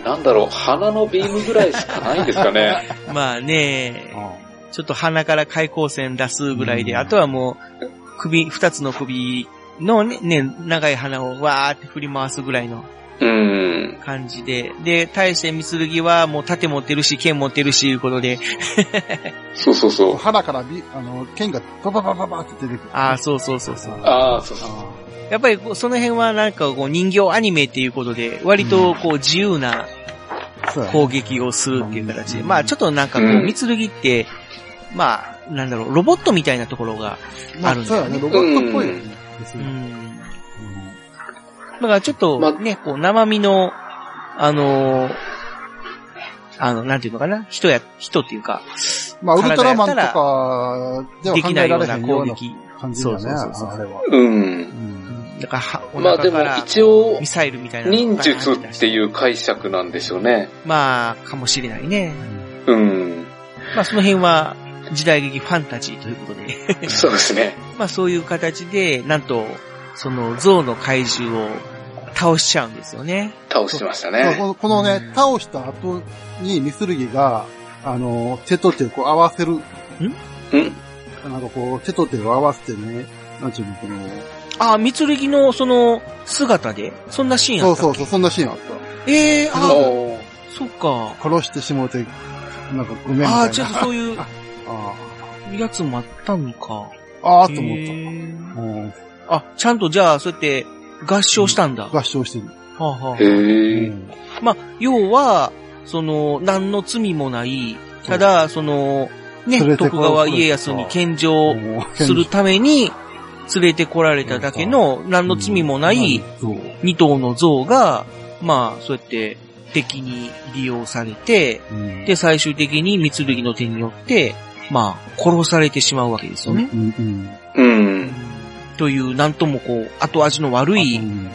[SPEAKER 4] なんだろう、鼻のビームぐらいしかないんですかね。
[SPEAKER 5] まあね、
[SPEAKER 2] う
[SPEAKER 5] ちょっと鼻から開口線出すぐらいで、
[SPEAKER 2] うん
[SPEAKER 5] あとはもう、首、二つの首のね、ね長い鼻をわーって振り回すぐらいの
[SPEAKER 4] うん。
[SPEAKER 5] 感じで、で、対して三剣はもう盾持ってるし、剣持ってるし、いうことで、
[SPEAKER 4] そうそうそ
[SPEAKER 2] ん
[SPEAKER 4] う。
[SPEAKER 2] 腹からビ、あの、剣がバババババって出てくる。
[SPEAKER 5] ああ、そうそうそうそう。
[SPEAKER 4] ああ、そうそう。
[SPEAKER 2] あ
[SPEAKER 5] やっぱりこうその辺はなんかこう人形アニメっていうことで、割とこう自由な
[SPEAKER 2] ーそうやね
[SPEAKER 5] 攻撃をするっていう形で、まあちょっとなんかこ
[SPEAKER 4] う
[SPEAKER 5] う、
[SPEAKER 4] ん
[SPEAKER 5] 三剣って、まあ、なんだろう、ロボットみたいなところが、
[SPEAKER 2] ま
[SPEAKER 5] あ
[SPEAKER 2] あ
[SPEAKER 5] るんだ
[SPEAKER 2] そうやね。ロボットっぽいよね。です
[SPEAKER 5] う
[SPEAKER 2] ね
[SPEAKER 5] ん。だからちょっと
[SPEAKER 4] ま
[SPEAKER 5] ね、こう生身の、あのーあの、なんていうのかな人や、人っていうか、
[SPEAKER 2] まあ、ウルトラマンとかでは
[SPEAKER 5] で
[SPEAKER 2] 考
[SPEAKER 5] きな
[SPEAKER 2] え
[SPEAKER 5] いよ
[SPEAKER 2] ら
[SPEAKER 5] う
[SPEAKER 2] れ
[SPEAKER 5] な
[SPEAKER 2] へんよ
[SPEAKER 5] 攻
[SPEAKER 2] うな
[SPEAKER 5] 撃。
[SPEAKER 2] 感じだね、
[SPEAKER 5] そうそうそうそう
[SPEAKER 2] あれは。
[SPEAKER 4] うん。
[SPEAKER 2] うん
[SPEAKER 5] だからは、お
[SPEAKER 4] まあ
[SPEAKER 5] 腹
[SPEAKER 4] で
[SPEAKER 5] か
[SPEAKER 4] も
[SPEAKER 5] ら
[SPEAKER 4] 一応
[SPEAKER 5] ミ、サイルみたいなの
[SPEAKER 4] 忍
[SPEAKER 5] がバーン
[SPEAKER 4] 術
[SPEAKER 5] て出
[SPEAKER 4] っ
[SPEAKER 5] して
[SPEAKER 4] いう解釈なんでしょうね。
[SPEAKER 5] まあ、かもしれないね。
[SPEAKER 4] うん。
[SPEAKER 5] まあその辺は、時代劇ファンタジーということで。
[SPEAKER 4] そうですね。
[SPEAKER 5] まあそういう形で、なんと、その象の怪獣を倒しちゃうんですよね。
[SPEAKER 4] 倒しました
[SPEAKER 2] そうこ
[SPEAKER 4] ね。
[SPEAKER 2] のこのね、倒した後にミスルギが、あの、手と手をこう合わせる、
[SPEAKER 4] うん。
[SPEAKER 2] なんかこう、手と手を合わせてね、なんちゅうの、この、
[SPEAKER 5] ああ、三剣のその姿で、そんなシーンあ
[SPEAKER 2] そ
[SPEAKER 5] った
[SPEAKER 2] うそうそう、そんなシーンあっ
[SPEAKER 5] ええー、
[SPEAKER 4] あ
[SPEAKER 5] ああ、
[SPEAKER 4] ー
[SPEAKER 5] そっか。
[SPEAKER 2] た。殺してしもうて、なんかごめんみたいな。
[SPEAKER 5] ああ、じゃあそう いう
[SPEAKER 2] あ
[SPEAKER 5] やつもあったのか。
[SPEAKER 2] あ、ああ
[SPEAKER 5] へ
[SPEAKER 2] と思っ
[SPEAKER 5] ー
[SPEAKER 2] た。うん
[SPEAKER 5] あ、ちゃんとじゃあ、そうやって合唱したんだ。は
[SPEAKER 2] 合唱してる。
[SPEAKER 5] あは
[SPEAKER 2] う
[SPEAKER 4] へえ。
[SPEAKER 2] ん
[SPEAKER 5] あ、まあ、要は、その、何の罪もない、ただ、その、ね
[SPEAKER 2] 連、れてこ
[SPEAKER 5] 徳川家康に献上
[SPEAKER 2] もう
[SPEAKER 5] するために、連れてこられただけの、何の罪もない、
[SPEAKER 2] そう。
[SPEAKER 5] 二頭の像が、まあ、そうやって、敵に利用されて、
[SPEAKER 2] うん
[SPEAKER 5] で、最終的に三剣の手によって、まあ、殺されてしまうわけです
[SPEAKER 2] う
[SPEAKER 5] よ
[SPEAKER 2] ん
[SPEAKER 5] ね。
[SPEAKER 2] うん。
[SPEAKER 4] うん。
[SPEAKER 5] という、なんともこう、後味の悪
[SPEAKER 2] う
[SPEAKER 5] い
[SPEAKER 2] ん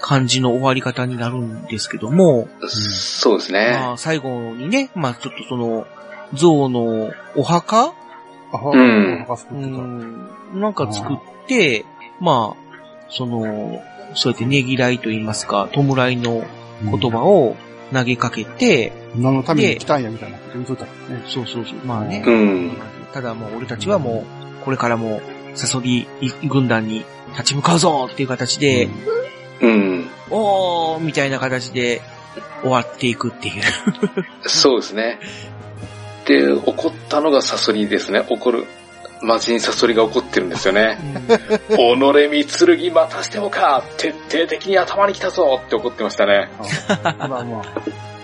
[SPEAKER 5] 感じの終わり方になるんですけども、
[SPEAKER 4] そうですね。
[SPEAKER 5] まあ、最後にね、まあ、ちょっとその、像のお墓
[SPEAKER 2] あは
[SPEAKER 4] うん
[SPEAKER 2] は作
[SPEAKER 5] う
[SPEAKER 2] ってた
[SPEAKER 5] ん、なんか作って、まあ、その、そうやってねぎらいと言いますか、弔いの言葉を投げかけて、
[SPEAKER 2] 何のために来たんやみたいなこと言うとったからね。
[SPEAKER 5] そうそうそう、まあね、
[SPEAKER 4] うん。
[SPEAKER 5] ただもう俺たちはもう、これからも、サソリ軍団に立ち向かうぞっていう形で、
[SPEAKER 4] うん。
[SPEAKER 5] おーみたいな形で終わっていくっていう。
[SPEAKER 4] そうですね。で、怒ったのがサソリですね。怒る。魔人サソリが怒ってるんですよ ね。己三剣またしてもか徹底的に頭に来たぞって怒ってましたね。
[SPEAKER 2] ああまあまあ、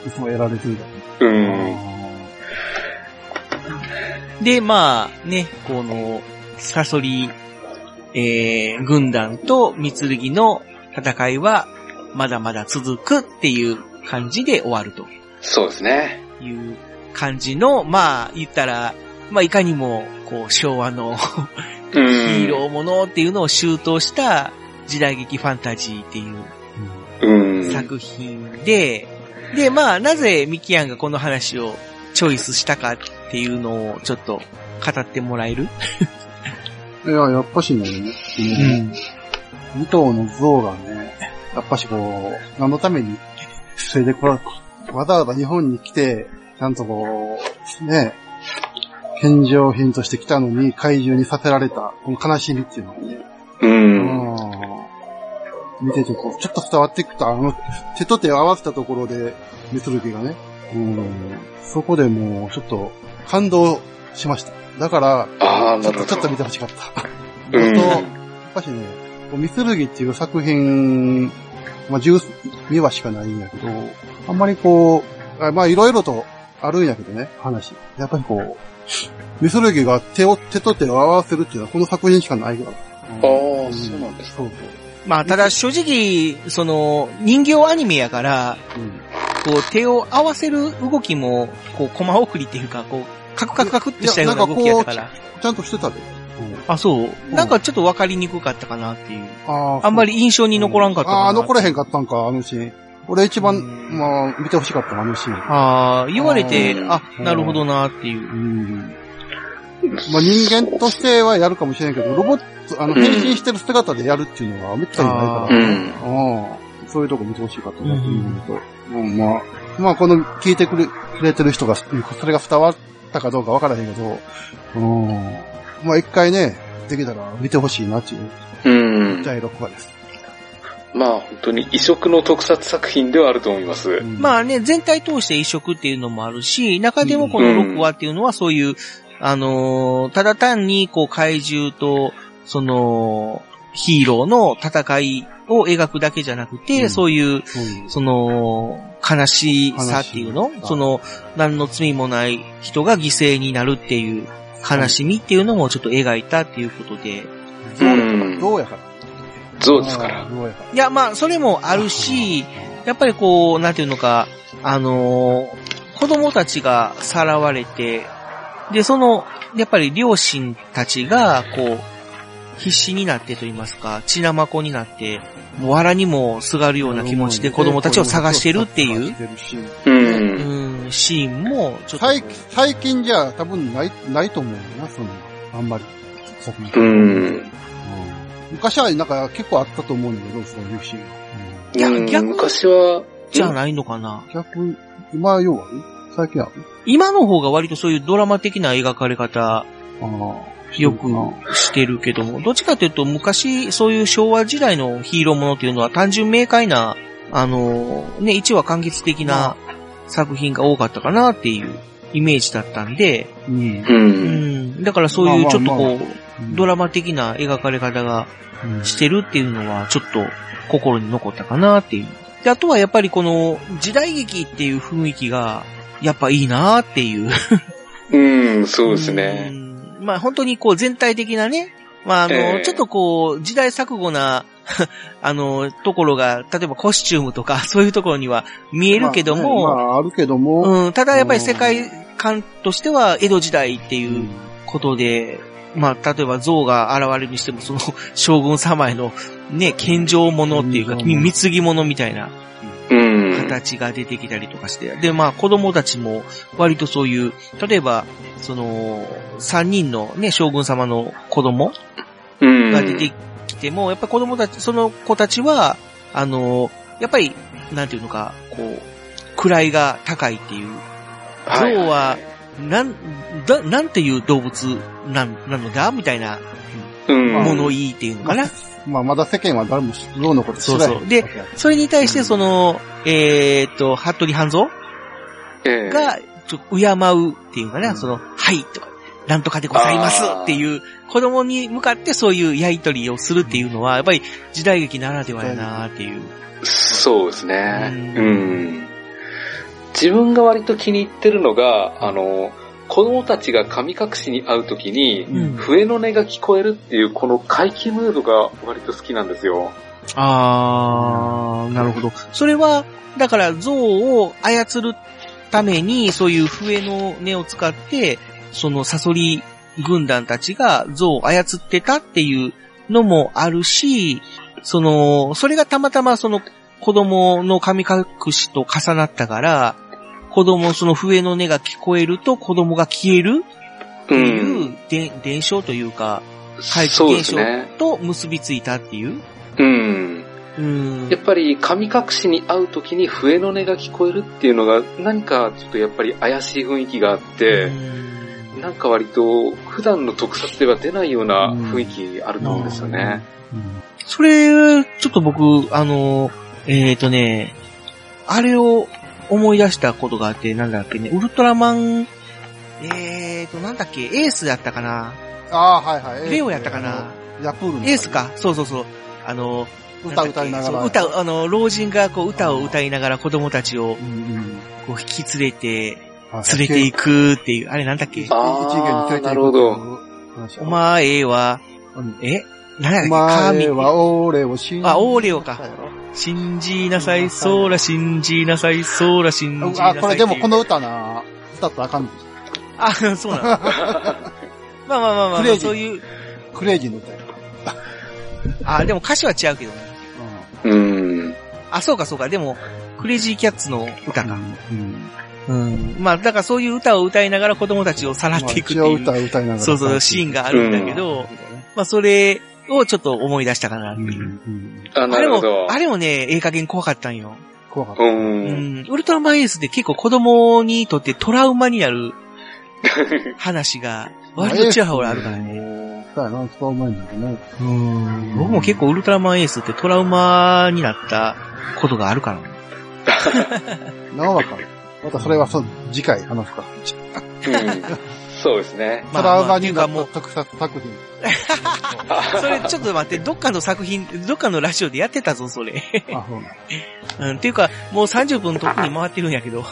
[SPEAKER 2] いつもやられてるだろ
[SPEAKER 4] うん。
[SPEAKER 5] で、まあね、この、サソリ、えー、軍団と三剣の戦いは、まだまだ続くっていう感じで終わると
[SPEAKER 4] そうですね。
[SPEAKER 5] いう感じの、まあ言ったら、まあいかにも、こう、昭和の
[SPEAKER 4] う
[SPEAKER 5] ヒー
[SPEAKER 4] ん。
[SPEAKER 5] ローものっていうのを周到した時代劇ファンタジーっていう
[SPEAKER 4] うん。
[SPEAKER 5] 作品で、で、まあ、なぜミキアンがこの話をチョイスしたかっていうのをちょっと語ってもらえる
[SPEAKER 2] う。いや、やっぱしね、うん二頭の象がね、やっぱしこう、何のために、それでこら、わざわざ日本に来て、ちゃんとこう、ね、返上品として来たのに怪獣にさせられた、この悲しみっていうのをね、
[SPEAKER 4] うん。
[SPEAKER 2] うん見ててこう、ちょっと伝わってくと、あの、手と手を合わせたところで、メツルキがね、うん、そこでもう、ちょっと、感動しました。だから、
[SPEAKER 4] ああ、
[SPEAKER 2] ち
[SPEAKER 4] な
[SPEAKER 2] ょ
[SPEAKER 4] る
[SPEAKER 2] っと、
[SPEAKER 4] ほど
[SPEAKER 2] ちょっ。と見てほしかった。
[SPEAKER 4] う
[SPEAKER 2] 本
[SPEAKER 4] ん
[SPEAKER 2] 当、やっぱしね、こうミスルギっていう作品、まあ、12話しかないんやけど、あんまりこう、あまあ、いろいろとあるんやけどね、話。やっぱりこう、ミスルギが手を、手と手を合わせるっていうのはこの作品しかないから。
[SPEAKER 4] ああ、そうなんですか。
[SPEAKER 2] そうそう。
[SPEAKER 5] まあ、ただ正直、その、人形アニメやから、
[SPEAKER 2] うん
[SPEAKER 5] こう、手を合わせる動きも、こう、コマ送りっていうか、こう、カクカクカクってしたような動きやったから。
[SPEAKER 2] ちゃんとしてたで。
[SPEAKER 5] あ、そう。
[SPEAKER 2] ん
[SPEAKER 5] なんかちょっと分かりにくかったかなっていう。
[SPEAKER 2] あ
[SPEAKER 5] あんま
[SPEAKER 2] り
[SPEAKER 5] り印象に残らんかったかな。
[SPEAKER 2] ああー、残れへんかったんか、あのシーン。俺一番、
[SPEAKER 5] うん
[SPEAKER 2] まあ、見てほしかったのあのシーン。
[SPEAKER 5] ああ、言われて
[SPEAKER 4] う、ん
[SPEAKER 5] あ、なるほどなっていう
[SPEAKER 2] う。ん。まあ、人間としてはやるかもしれないけど、ロボット、あの、
[SPEAKER 4] うん
[SPEAKER 2] 変身してる姿でやるっていうのはめったにないから
[SPEAKER 5] あー。
[SPEAKER 4] うん。
[SPEAKER 2] うんそういうとこ見てほしいかと思って見ると。うん、まあ、まあ、この聞いてくれくれてる人が、それが伝わったかどうかわからへんけど、うん。まあ、一回ね、できたら見てほしいなっていう、
[SPEAKER 4] うん。
[SPEAKER 2] 第6話です。
[SPEAKER 4] まあ本当に異色の特撮作品ではあると思います。
[SPEAKER 2] うん
[SPEAKER 5] まあね、全体通して移植っていうのもあるし、中でもこの6話っていうのはそういう、あのーただ単にこう怪獣と、その、ヒーローの戦いを描くだけじゃなくて、
[SPEAKER 2] うん
[SPEAKER 5] そういう、
[SPEAKER 2] うん
[SPEAKER 5] その、悲しさっていうの
[SPEAKER 2] 悲しさ
[SPEAKER 5] その、何の罪もない人が犠牲になるっていう悲しみっていうのもちょっと描いたっていうことで。
[SPEAKER 4] うん。
[SPEAKER 2] どうやから。
[SPEAKER 4] ゾウですから。
[SPEAKER 2] どうやから。
[SPEAKER 5] いや、まあ、それもあるし、やっぱりこう、なんていうのか、あのー子供たちがさらわれて、で、その、やっぱり両親たちが、こう、必死になってと言いますか、血なまこになって、もう藁にもすがるような気持ちで子供たちを探してるっていう、
[SPEAKER 4] う。
[SPEAKER 5] うんん、シーンも、ちょっとこう。
[SPEAKER 2] 最最近じゃ多分ない、ないと思うよな、その、あんまり。そこまで
[SPEAKER 4] うん。
[SPEAKER 2] 昔はなんか結構あったと思うんだけど、そういうシーン。
[SPEAKER 5] いや
[SPEAKER 4] うん
[SPEAKER 5] 逆
[SPEAKER 4] 昔は、
[SPEAKER 5] じゃないのかな。
[SPEAKER 2] 逆、今要はね、最近は、
[SPEAKER 5] 今の方が割とそういうドラマ的な描かれ方
[SPEAKER 2] ああ
[SPEAKER 5] よくしてるけども、どっちかというと昔、そういう昭和時代のヒーローものっていうのは単純明快な、あのーね、一話完結的な作品が多かったかなっていうイメージだったんで、
[SPEAKER 2] うん。
[SPEAKER 4] う。
[SPEAKER 5] うんん、だからそういうちょっと
[SPEAKER 2] まあまあ
[SPEAKER 5] こ
[SPEAKER 2] ま
[SPEAKER 5] う、ドラマ的な描かれ方が
[SPEAKER 2] うん
[SPEAKER 5] してるっていうのはちょっと心に残ったかなっていう。で、あとはやっぱりこの時代劇っていう雰囲気がやっぱいいなっていう。
[SPEAKER 4] うん、そうですね。
[SPEAKER 5] うん。まあ本当にこう全体的なね、まああの、
[SPEAKER 4] ええ
[SPEAKER 5] ちょっとこう時代錯誤な、 あの、ところが、例えばコスチュームとか そういうところには見えるけども、
[SPEAKER 2] まあね、まあ、あるけども、
[SPEAKER 5] うん、ただやっぱり世界観としては江戸時代って
[SPEAKER 2] う
[SPEAKER 5] いうことで、まあ例えば像が現れるにしてもその将軍様へのね、献上物っていうか、
[SPEAKER 2] うん
[SPEAKER 5] 貢ぎ物みたいな
[SPEAKER 4] うん。
[SPEAKER 5] 形が出てきたりとかして、で、まあ子供たちも割とそういう、例えば、その、三人のね、将軍様の子供
[SPEAKER 4] うん。
[SPEAKER 5] が出てきても、やっぱり子供たち、その子たちは、あの、やっぱり、なんていうのか、こう、位が高いっていう。
[SPEAKER 4] はい
[SPEAKER 5] 象は、なん、だ、なんていう動物なん、なのだみたいな
[SPEAKER 4] うん。
[SPEAKER 5] 物言いっていうのかな。
[SPEAKER 2] まあまだ世間は誰もローのこと知らない。
[SPEAKER 5] そうそうでそれに対して、その、えーっと、服部半蔵
[SPEAKER 4] ええ
[SPEAKER 5] が、ちょっと敬うっていうかね、
[SPEAKER 2] うん
[SPEAKER 5] その、はいとか、なんとかでございますっていう、子供に向かってそういうやりとりをするっていうのは、やっぱり時代劇ならではやなっていう。
[SPEAKER 4] そうですね。
[SPEAKER 5] う
[SPEAKER 4] うんん。自分が割と気に入ってるのが、あの、子供たちが神隠しに会うときに、
[SPEAKER 5] うん
[SPEAKER 4] 笛の音が聞こえるっていう、この怪奇ムードが割と好きなんですよ。
[SPEAKER 5] あー、なるほど。それは、だから像を操るために、そういう笛の音を使って、そのサソリ軍団たちが像を操ってたっていうのもあるし、その、それがたまたまその子供の神隠しと重なったから、子供、その笛の音が聞こえると子供が消えるって
[SPEAKER 4] う
[SPEAKER 5] い
[SPEAKER 4] ん。
[SPEAKER 5] うで、伝承というか、怪
[SPEAKER 4] そ
[SPEAKER 5] 奇
[SPEAKER 4] うで
[SPEAKER 5] 現
[SPEAKER 4] す
[SPEAKER 5] 象
[SPEAKER 4] ね。
[SPEAKER 5] と結びついたっていう。
[SPEAKER 4] うん。
[SPEAKER 5] うん
[SPEAKER 4] やっぱり神隠しに会うときに笛の音が聞こえるっていうのが、何かちょっとやっぱり怪しい雰囲気があって、
[SPEAKER 5] うん
[SPEAKER 4] なんか割と普段の特撮では出ないような雰囲気あると思うんですよね。
[SPEAKER 5] それ、ちょっと僕、あの、えっ、ー、とね、あれを思い出したことがあって、なんだっけね、ウルトラマン、えっ、ー、と、なんだっけ、エースだったかな
[SPEAKER 2] ああ、はいはい。
[SPEAKER 5] レオやったかな
[SPEAKER 2] ヤプールの
[SPEAKER 5] エースか、そうそうそう。あの、
[SPEAKER 2] 歌歌いながら
[SPEAKER 5] そう歌、あの、老人がこう歌を歌いながら子供たちをこう引き連れて、
[SPEAKER 2] はい
[SPEAKER 5] 連れていくっていう、あれなんだっけ
[SPEAKER 2] 一元に連れて
[SPEAKER 4] な
[SPEAKER 2] 行くっていう
[SPEAKER 4] るほど。
[SPEAKER 2] 話
[SPEAKER 5] お前は、えなんやっ
[SPEAKER 2] お
[SPEAKER 5] け
[SPEAKER 2] 前は俺を信じ
[SPEAKER 5] あオーレオか信じなさい、そーら、信じなさい、そーら、信じなさい。
[SPEAKER 2] あ、これでもこの歌な、歌ったらあかんで
[SPEAKER 5] あ、そうな の。まあまあまあまあ
[SPEAKER 2] ク
[SPEAKER 5] ま
[SPEAKER 2] レイ
[SPEAKER 5] あ、
[SPEAKER 2] ジー
[SPEAKER 5] そういう、
[SPEAKER 2] クレイジーの歌や。
[SPEAKER 5] あ、でも歌詞は違うけどね。
[SPEAKER 4] うん。
[SPEAKER 5] あ、そうかそうか、でも、クレイジーキャッツの歌
[SPEAKER 2] う
[SPEAKER 5] か。
[SPEAKER 2] ん。うん。
[SPEAKER 5] うん。まあ、だからそういう歌を歌いながら子供たちをさらっていくって
[SPEAKER 2] まあ
[SPEAKER 5] い
[SPEAKER 2] 一応歌
[SPEAKER 5] う、
[SPEAKER 2] 歌いながら。
[SPEAKER 5] そうそう、シーンがあるんだけど、まあそれをちょっと思い出したかなって
[SPEAKER 2] うん。う
[SPEAKER 5] いう。
[SPEAKER 2] ん。
[SPEAKER 4] あ、
[SPEAKER 5] あ
[SPEAKER 4] な
[SPEAKER 5] れ
[SPEAKER 4] るほ
[SPEAKER 5] も、
[SPEAKER 4] ど。
[SPEAKER 5] あれもね、ええ加減怖かったんよ。
[SPEAKER 2] 怖かった
[SPEAKER 4] う。。
[SPEAKER 5] うんん。ウルトラマンエースで結構子供にとってトラウマにな る話が、割とちらほらあるからね。
[SPEAKER 2] ね。そうやな、そう思うんだけどね。
[SPEAKER 5] うん。僕も結構ウルトラマンエースってトラウマになったことがあるからね。
[SPEAKER 2] なおわかる。またそれはそう、次回話すか。
[SPEAKER 4] うん そうですね。
[SPEAKER 2] トラウマに
[SPEAKER 5] ま
[SPEAKER 2] な
[SPEAKER 5] あ
[SPEAKER 2] っ
[SPEAKER 5] まあ
[SPEAKER 2] た
[SPEAKER 5] って
[SPEAKER 2] 特撮作
[SPEAKER 5] い
[SPEAKER 2] 品。
[SPEAKER 5] うかもうそれちょっと待って、どっかの作品、どっかのラジオでやってたぞ、それ。
[SPEAKER 2] あ、そうなん
[SPEAKER 5] うん、っていうか、もう30分特に回ってるんやけど。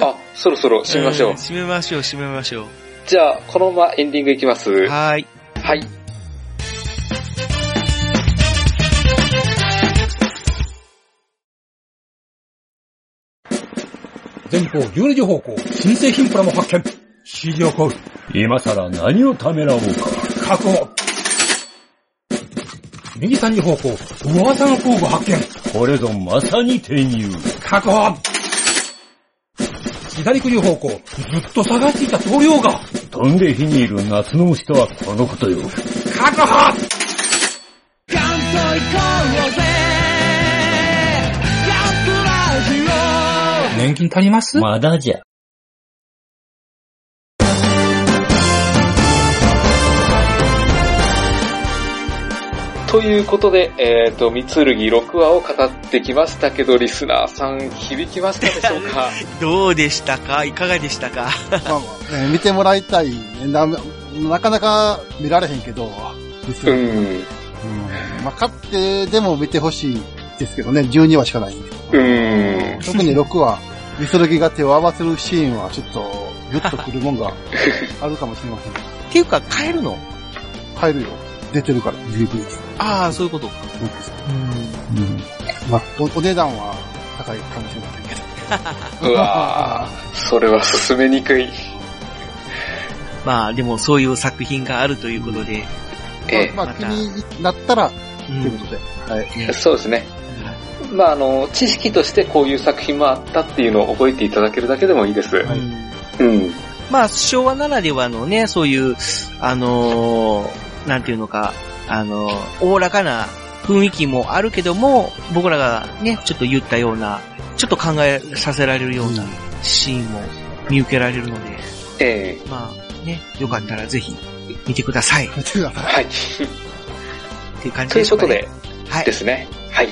[SPEAKER 4] あ、そろそろ締めましょ
[SPEAKER 5] ん
[SPEAKER 4] う。
[SPEAKER 5] 締めましょう、締めましょう。
[SPEAKER 4] じゃあ、このままエンディングいきます。は
[SPEAKER 5] はーい。
[SPEAKER 4] い。
[SPEAKER 8] 前方12時方向、新製品プラも発見。指示を行う。
[SPEAKER 9] 今さら何をためらおうか。
[SPEAKER 8] 確保。右3時方向、噂の工具発見。
[SPEAKER 9] これぞまさに転入。
[SPEAKER 8] 確保。左9時方向、ずっと探していた棟梁が、
[SPEAKER 9] 飛んで火にいる夏の虫とはこのことよ。
[SPEAKER 8] 確保年金足ります
[SPEAKER 9] まだじゃ。
[SPEAKER 4] ということで、えっ、と、三剣6話を語ってきましたけど、リスナーさん響きましたでしょうか
[SPEAKER 5] どうでしたかいかがでしたか
[SPEAKER 2] まあまあね見てもらいたい。ななかなか見られへんけど、です
[SPEAKER 4] う
[SPEAKER 2] よね
[SPEAKER 4] ん。
[SPEAKER 2] まあ、勝ってでも見てほしいですけどね、12話しかないんで。
[SPEAKER 4] うん。
[SPEAKER 2] 特に6話、ミソルギが手を合わせるシーンはちょっと、ぐっとくるもん があるかもしれません。
[SPEAKER 5] っていうか、変えるの
[SPEAKER 2] 入るよ。出てるから、DVD です。
[SPEAKER 5] ああ、そういうことか。
[SPEAKER 2] まあ、おお値段は高いかもしれませんけど。
[SPEAKER 4] うわぁ、それは進めにくい。
[SPEAKER 5] まあ、でもそういう作品があるということで。
[SPEAKER 4] ええ
[SPEAKER 2] まあ、
[SPEAKER 5] ま
[SPEAKER 2] 気
[SPEAKER 5] た
[SPEAKER 2] になったら、
[SPEAKER 5] う
[SPEAKER 2] というんことで。
[SPEAKER 4] そうですね。まあ、あの、知識としてこういう作品もあったっていうのを覚えていただけるだけでもいいです。
[SPEAKER 2] はい
[SPEAKER 4] うん。
[SPEAKER 5] まあ、昭和ならではのね、そういう、あのーなんていうのか、あのーおおらかな雰囲気もあるけども、僕らがね、ちょっと言ったような、ちょっと考えさせられるようなシーンも見受けられるので、
[SPEAKER 4] ええ
[SPEAKER 5] まあ、ね、よかったらぜひ見てくださいっ
[SPEAKER 2] 見てください。
[SPEAKER 4] はい。
[SPEAKER 5] ていう感じ
[SPEAKER 4] と
[SPEAKER 5] で
[SPEAKER 4] いう
[SPEAKER 5] しょ
[SPEAKER 4] こ
[SPEAKER 5] うか
[SPEAKER 4] と
[SPEAKER 5] ね。
[SPEAKER 4] で、
[SPEAKER 5] はい
[SPEAKER 4] で。すね。はい。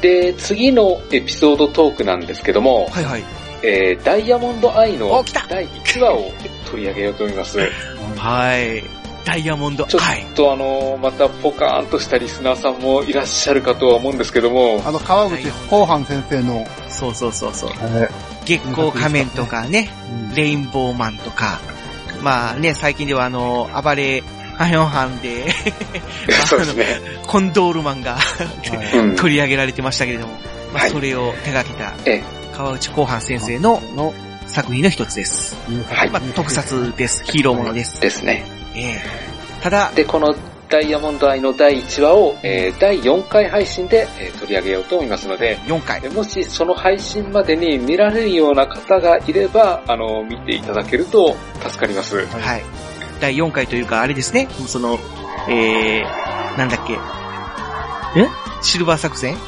[SPEAKER 4] で、次のエピソードトークなんですけども、
[SPEAKER 5] はいはい。
[SPEAKER 4] えーダイヤモンドアイの
[SPEAKER 5] お来た
[SPEAKER 4] 第1話を取り上げようと思います。
[SPEAKER 5] はい。ダイヤモンド
[SPEAKER 4] ちょ
[SPEAKER 5] アイ。
[SPEAKER 4] っとあの、またポカーンとしたリスナーさんもいらっしゃるかとは思うんですけども、
[SPEAKER 2] あの、川口後半先生の、
[SPEAKER 5] そうそうそうそう。
[SPEAKER 2] え
[SPEAKER 5] 月光仮面とかね、レインボーマンとか、まあね、最近ではあの、暴れ、ハヨンハンで、
[SPEAKER 4] そうですね。
[SPEAKER 5] コンドールマンが
[SPEAKER 2] ーはい
[SPEAKER 4] うん。
[SPEAKER 5] 取り上げられてましたけれども、まあ
[SPEAKER 4] はい
[SPEAKER 5] それを手掛けた
[SPEAKER 4] ええ
[SPEAKER 5] 川内広範先生の
[SPEAKER 2] の、
[SPEAKER 5] 作品の一つです。
[SPEAKER 4] はい
[SPEAKER 5] まあ、特撮です。ヒーローものです。
[SPEAKER 4] ですね。
[SPEAKER 5] ええただ、
[SPEAKER 4] で、このダイヤモンドアイの第1話を、えー第4回配信で、えー取り上げようと思いますので、
[SPEAKER 5] 4回
[SPEAKER 4] え。もしその配信までに見られるような方がいれば、あの、見ていただけると助かります。
[SPEAKER 5] はい。第4回というか、あれですね、その、えー、なんだっけ、えシルバー作戦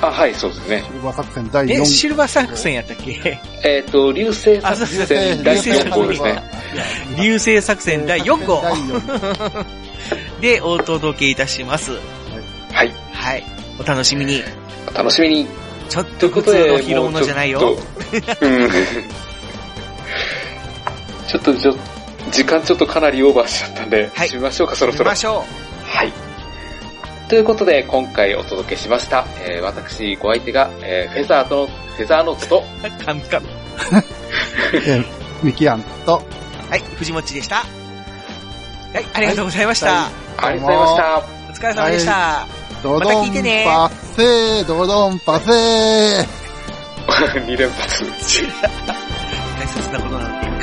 [SPEAKER 4] あ、はい、そうですね。
[SPEAKER 2] シルバー作戦第4
[SPEAKER 5] え、
[SPEAKER 2] 号。
[SPEAKER 5] シルバー作戦やったっけ
[SPEAKER 4] えっ、と、流星作戦第4号ですね。
[SPEAKER 5] 流星作戦第4号
[SPEAKER 2] 第四号
[SPEAKER 5] でお届けいたします。
[SPEAKER 4] はい。
[SPEAKER 5] はい。お楽しみに。
[SPEAKER 4] お楽しみに。
[SPEAKER 5] ちょっ
[SPEAKER 4] と
[SPEAKER 5] と
[SPEAKER 4] いうこ
[SPEAKER 5] 普
[SPEAKER 4] と
[SPEAKER 5] 通
[SPEAKER 4] で、
[SPEAKER 5] の拾う
[SPEAKER 4] も
[SPEAKER 5] の
[SPEAKER 4] う
[SPEAKER 5] じゃないよ。
[SPEAKER 4] ちょっとうん。 ちょっとじょ、時間ちょっとかなりオーバーしちゃったんで、
[SPEAKER 5] はい
[SPEAKER 4] 締めましょうか、そろ
[SPEAKER 5] 行
[SPEAKER 4] そ
[SPEAKER 5] き
[SPEAKER 4] ろ
[SPEAKER 5] ま。しょ
[SPEAKER 4] はい。ということで、今回お届けしました。えー私、ご相手が、えーフェザーとの、フェザーノートと、
[SPEAKER 5] う。カムカム。
[SPEAKER 2] えミキアンと、
[SPEAKER 5] はい、藤もっちでした。はい、ありがとうございました。
[SPEAKER 4] ありがとうございました。
[SPEAKER 5] お疲れ様でした。
[SPEAKER 2] ド
[SPEAKER 5] また
[SPEAKER 2] ド
[SPEAKER 5] 聞い
[SPEAKER 2] ン
[SPEAKER 5] てね
[SPEAKER 2] パッセー、ドドンパッセー。
[SPEAKER 4] 2連発。
[SPEAKER 5] 大切なことなんで。